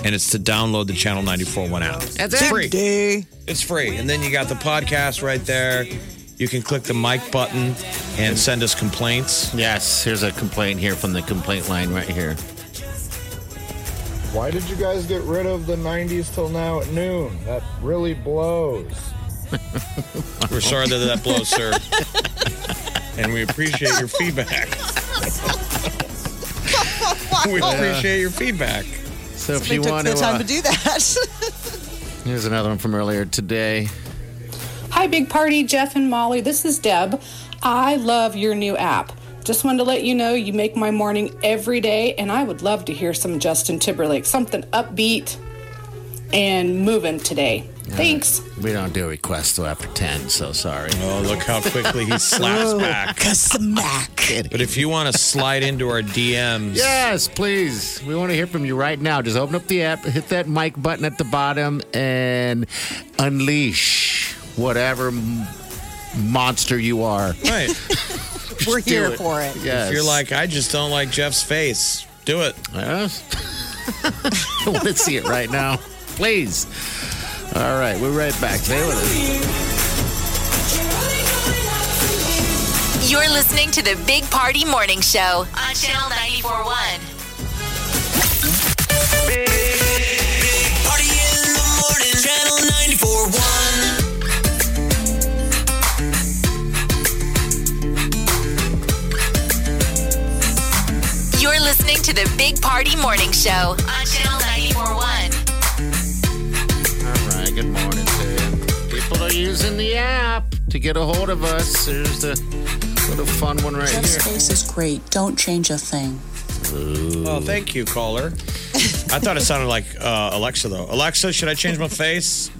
E: and it's to download the Channel 941 app.
C: That's
E: it's
C: it.
E: free. It's free. And then you got the podcast right there. You can click the mic button and send us complaints.
C: Yes, here's a complaint here from the complaint line right here.
P: Why did you guys get rid of the 90s till now at noon? That really blows.
E: We're sorry that that blows, sir. and we appreciate your feedback. we appreciate your feedback.
C: So if
F: Somebody
C: you
F: took
C: want
F: the
C: to,
F: time
C: uh,
F: to do that.
C: here's another one from earlier today.
Q: Hi, Big Party, Jeff and Molly. This is Deb. I love your new app. Just wanted to let you know you make my morning every day, and I would love to hear some Justin Timberlake, something upbeat and moving today. Thanks.
C: We don't do requests till after ten, so sorry.
E: Oh, look how quickly he slaps back. But if you want to slide into our DMs,
C: Yes, please. We want to hear from you right now. Just open up the app, hit that mic button at the bottom, and unleash whatever m- monster you are.
E: Right.
F: We're
C: Just do
F: here for it.
C: Yes.
E: if you're like, I just don't like Jeff's face, do it.
C: I want to see it right now. Please. All right, we're right back. Stay with us.
B: You're listening to the Big Party Morning Show on Channel 94.1.
G: Party in the morning, channel 941.
B: You're listening to the Big Party Morning Show on Channel 941.
C: All right, good morning to you. People are using the app to get a hold of us. There's the little fun one right
R: Jeff's
C: here.
R: face is great. Don't change a thing.
E: Well, thank you, caller. I thought it sounded like uh, Alexa, though. Alexa, should I change my face?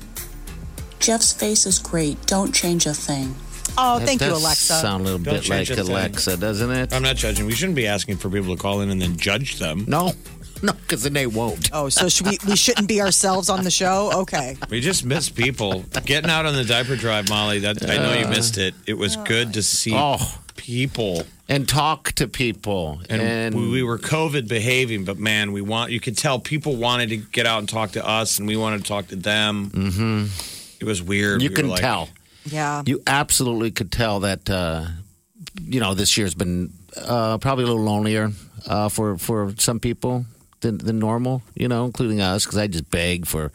R: Jeff's face is great. Don't change a thing.
F: Oh,
C: That
F: thank you,
C: does
F: Alexa.
C: Sound a little
E: Don't
C: bit
E: change
C: like
E: a thing.
C: Alexa, doesn't it?
E: I'm not judging. We shouldn't be asking for people to call in and then judge them.
C: No, no, because then they won't.
F: Oh, so should we, we shouldn't be ourselves on the show? Okay.
E: We just miss people getting out on the diaper drive, Molly. That I know you missed it. It was good to see
C: Uh. Oh.
E: people,
C: and talk to people,
E: and, we, we were COVID behaving. But man, we want you could tell people wanted to get out and talk to us, and we wanted to talk to them. Mm-hmm. It was weird.
C: You
E: We were
C: can
E: like-
C: tell.
F: Yeah.
C: You absolutely could tell that. Uh, you know, this year's been uh, probably a little lonelier uh, for for some people than, than normal. You know, including us, because I just beg for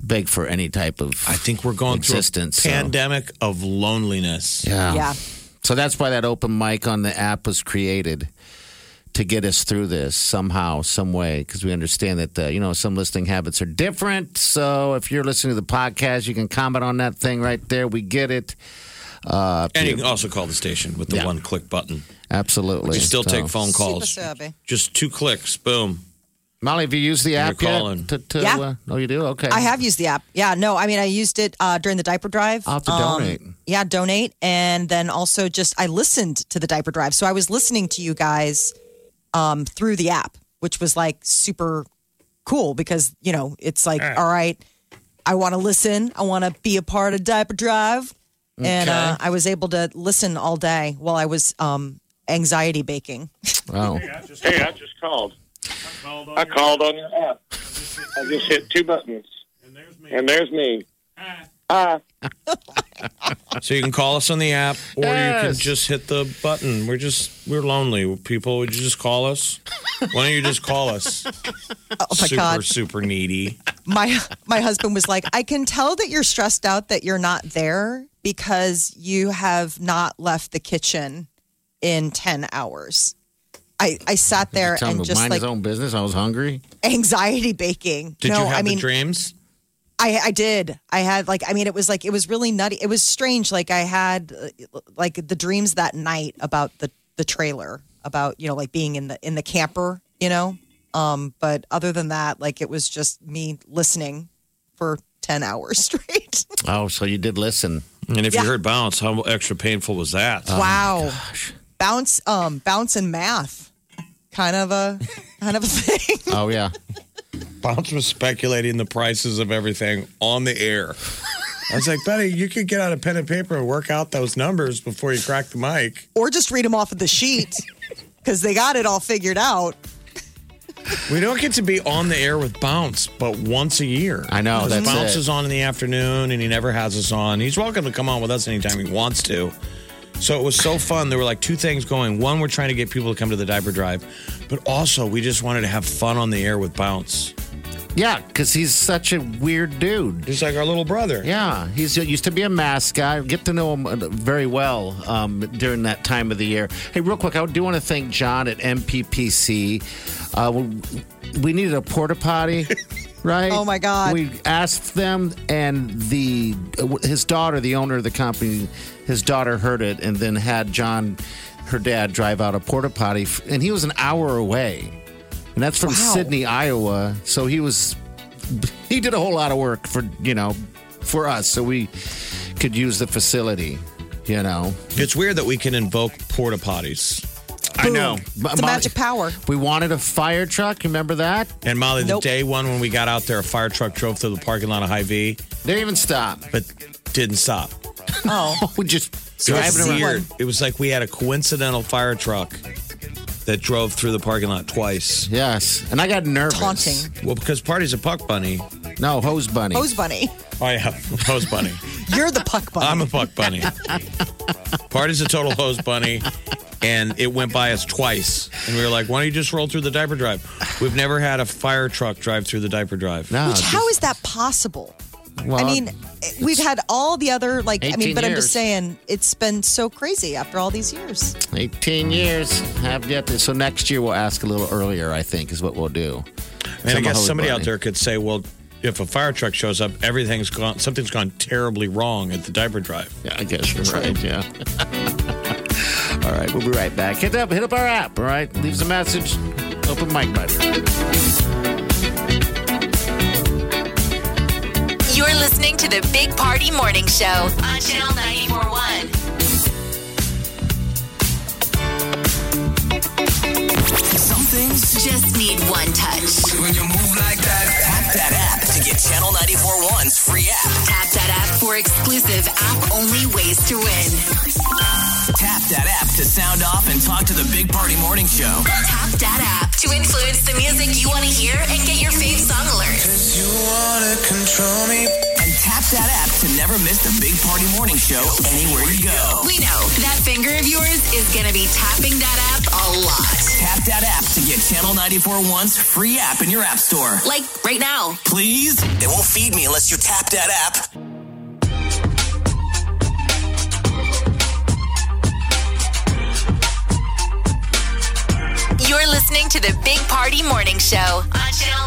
C: beg for any type of. I
E: think we're going through a
C: existence,
E: pandemic of loneliness.
C: Yeah.
E: Yeah.
C: So that's why that open mic on the app was created to get us through this somehow, some way, because we understand that uh, you know some listening habits are different. So if you're listening to the podcast, you can comment on that thing right there. We get it. Uh,
E: And you can also call the station with the
C: Yeah.
E: one-click button.
C: absolutely.
E: You still take phone calls.
F: Super savvy.
E: Just two clicks, boom.
C: Molly, have you used the app yet?
E: calling.
C: To, to,
F: Yeah.
C: uh, oh, you do. Okay.
F: I have used the app. Yeah, no, I mean, I used it uh, during the diaper drive.
C: I'll have to donate.
F: Yeah, donate. And then also just, I listened to the diaper drive. So I was listening to you guys um, through the app, which was like super cool because, you know, it's like, all right, I want to listen. I want to be a part of diaper drive. And
C: Okay.
F: uh, I was able to listen all day while I was um, anxiety baking.
C: Wow.
S: Hey, I just called. I called on your app. I just hit two buttons. And there's me. Hi.
E: So you can call us on the app, or you can
S: Yes.
E: just hit the button. We're just we're lonely people. Would you just call us? Why don't you just call us?
F: Oh my
E: super
F: God.
E: super needy.
F: my my husband was like, I can tell that you're stressed out that you're not there because you have not left the kitchen in ten hours. I, I sat there
C: Tell him
F: and
C: to
F: just
C: mind
F: like
C: his own business. I was hungry.
F: anxiety baking.
E: Did
F: no,
E: you have
F: I mean
E: the dreams?
F: I I did. I had like I mean it was like it was really nutty. It was strange. Like I had uh, like the dreams that night about the the trailer about you know like being in the in the camper. You know, um, but other than that, like it was just me listening for ten hours straight.
C: Oh, so you did listen.
E: And if
F: Yeah.
E: you heard bounce, how extra painful was that?
C: Oh
F: wow, bounce um bounce and math, kind of a kind of a thing.
C: Oh yeah.
E: Bounce was speculating the prices of everything on the air. I was like, Betty, you could get out a pen and paper and work out those numbers before you crack the mic.
F: or just read them off of the sheet because they got it all figured out.
E: We don't get to be on the air with Bounce, but once a year. I
C: know, that's
E: Bounce
C: it.
E: is on in the afternoon, and he never has us on. He's welcome to come on with us anytime he wants to. So it was so fun. There were like two things going. One, we're trying to get people to come to the diaper drive, but also we just wanted to have fun on the air with Bounce.
C: Yeah, because he's such a weird dude.
E: He's like our little brother.
C: Yeah, he's he used to be a mask guy. Get to know him uh, very well um, during that time of the year. Hey, real quick, I do want to thank John at MPPC. Uh, we, we needed a porta potty. Right.
F: Oh, my God.
C: We asked them, and the his daughter, the owner of the company, his daughter heard it, and then had John, her dad, drive out a porta potty, f- and he was an hour away. And that's from
F: Wow.
C: Sydney, Iowa. So he was he did a whole lot of work for, you know, for us so we could use the facility, you know.
E: It's weird that we can invoke porta potties.
C: I know.
F: It's a magic power.
C: We wanted a fire truck, remember that?
E: And Molly,
C: Nope.
E: the day one when we got out there, a fire truck drove through the parking lot of High V.
C: Didn't even stop.
E: But didn't stop.
F: Oh.
C: we just
E: It was
C: driving
E: weird.
C: around.
E: It was like we had a coincidental fire truck that drove through the parking lot twice.
C: Yes. And I got nervous.
F: Taunting.
E: Well, because Party's a puck bunny.
C: No, hose bunny.
F: Hose bunny,
E: Oh, yeah. Hose bunny.
F: you're the puck bunny.
E: I'm a puck bunny. Party's a total hose bunny. And it went by us twice. And we were like, why don't you just roll through the diaper drive? We've never had a fire truck drive through the diaper drive.
C: No.
F: Which, how is that possible? I
E: Well,
F: mean, we've had all the other, like, I mean,
C: 18
F: but I'm just
C: years.
F: saying, it's been so crazy after all these years.
C: 18 years. Have yet to, so next year we'll ask a little earlier, I think, is what we'll do.
E: And I
C: Some
E: guess
C: hose
E: somebody out
C: bunny.
E: there could say, well, if a fire truck shows up, everything's gone, something's gone terribly wrong at the diaper drive.
C: Yeah, I guess you're right. Yeah. All right, we'll be right back. Hit up, hit up our app. All right, leave us a message. Open mic night.
B: You're listening to the Big Party Morning Show on Channel 941. Some things just need one touch.
G: When you move like that, tap that app to get Channel 94.1's free app.
B: Tap that app for exclusive app only ways to win.
G: Tap that app to sound off and talk to the Big Party Morning Show.
B: Tap that app to influence the music you want to hear and get your fave song alerts.
G: You wanna control me? And tap that app to never miss the Big Party Morning Show anywhere you go.
B: We know that finger of yours is going to be tapping that app a lot.
G: Tap that app to get Channel 94.1's free app in your app store.
B: Like right now.
G: Please? They won't feed me unless you tap that app.
B: You're listening to the Big Party Morning Show on Channel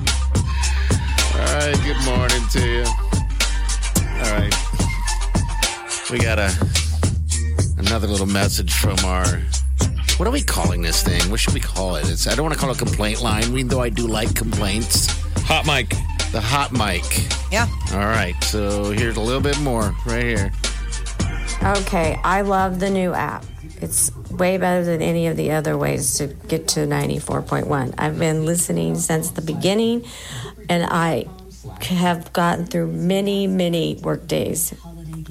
B: 941.
C: All right, good morning to you. All right. We got a another little message from our what are we calling this thing? What should we call it? It's I don't want to call it a complaint line, even though I do like complaints.
E: Hot mic.
C: The hot mic.
F: Yeah.
C: All right. So here's a little bit more right here.
T: Okay, I love the new app. It's way better than any of the other ways to get to 94.1. I've been listening since the beginning, and I have gotten through many, many work days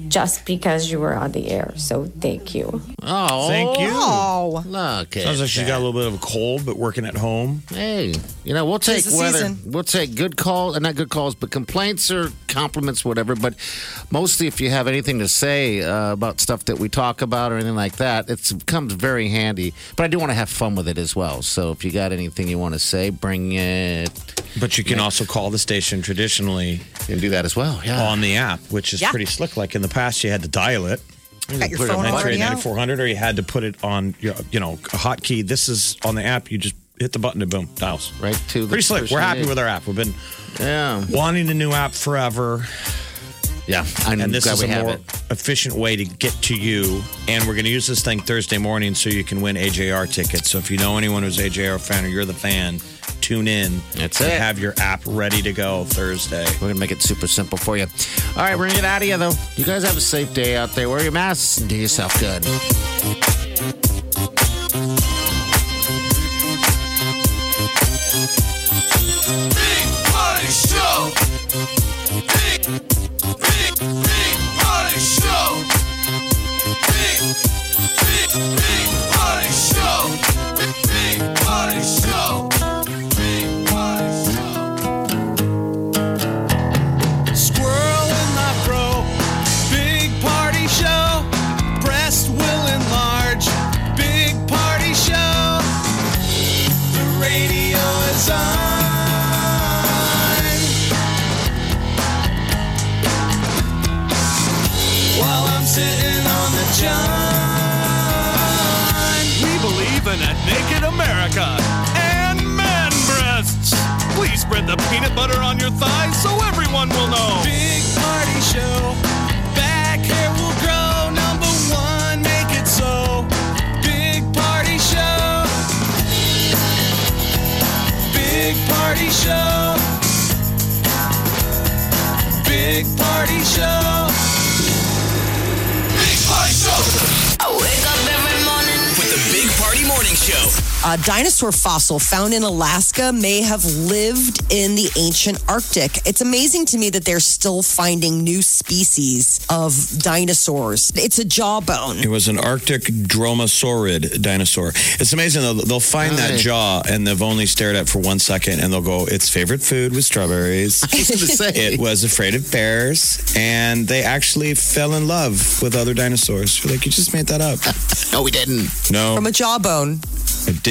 T: just because you were on the air. So thank you.
C: Oh,
E: Thank you.
F: Oh.
C: Look at
E: Sounds like she's
C: that.
E: got a little bit of a cold, but working at home.
C: Hey, you know, we'll take
E: Tis the
C: whether
E: season.
C: we'll take good calls and not good calls, but complaints or compliments, whatever. But mostly, if you have anything to say uh, about stuff that we talk about or anything like that, it's- it comes very handy. But I do want to have fun with it as well. So if you got anything you want to say, bring it.
E: But you can also call the station traditionally
C: and do that as well. Yeah,
E: on the app, which is
F: Yeah.
E: pretty slick. Like in the past, you had to dial it.
F: Got your
E: put it
F: phone
E: on
F: already out.
E: 9400, or you had to put it on your, you know, a hotkey. This is on the app. You just hit the button and boom, dials.
C: Right to the
E: pretty slick. We're
C: person
E: happy
C: you-
E: with our app. We've been
C: yeah
E: wanting a new app forever.
C: Yeah, I'm
E: and this
C: glad
E: is
C: we
E: a
C: have
E: more
C: it.
E: efficient way to get to you. And we're going to use this thing Thursday morning so you can win AJR tickets. So if you know anyone who's AJR fan or you're the fan, tune in. That's
C: it.
E: Have your app ready to go Thursday.
C: We're gonna make it super simple for you. All right, we're gonna get out of here though. You guys have a safe day out there. Wear your masks and do yourself good.
O: Big Party Show. Big, big, big Party Show. Big, big, big Party Show. Big, big Party Show. Big Party Show. Squirrel in my bro. Big Party Show. Breast will enlarge. Big Party Show. The radio is on. While I'm sitting on the john. We believe in a naked America and man breasts. Please spread the peanut butter on your thighs so everyone will know. Big party show. Back hair will grow. Number one, make it so. Big party show. Big party show. Big party show. Big party show.
B: I wake up every morning.
G: With the Big Party Morning Show.
F: A dinosaur fossil found in Alaska may have lived in the ancient Arctic. It's amazing to me that they're still finding new species of dinosaurs. It's a jawbone.
E: It was an Arctic dromosaurid dinosaur. It's amazing though. They'll find that jaw and they've only stared at it for one second, and they'll go, "Its favorite food was strawberries.
C: was gonna say.
E: It was afraid of bears, and they actually fell in love with other dinosaurs." You're like, "You just made that up."
C: no, we didn't.
E: No,
F: From a jawbone.
E: it did.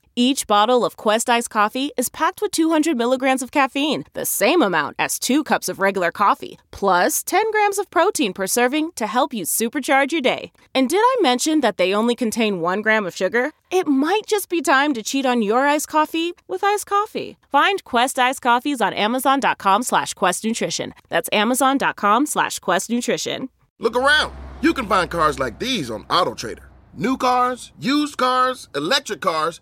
L: Each bottle of Quest Ice Coffee is packed with 200 milligrams of caffeine, the same amount as two cups of regular coffee, plus 10 grams of protein per serving to help you supercharge your day. And did I mention that they only contain one gram of sugar? It might just be time to cheat on your iced coffee with iced coffee. Find Quest Iced Coffees on Amazon.com slash Quest Nutrition. That's Amazon.com slash Quest Nutrition.
U: Look around. You can find cars like these on AutoTrader. New cars, used cars, electric cars,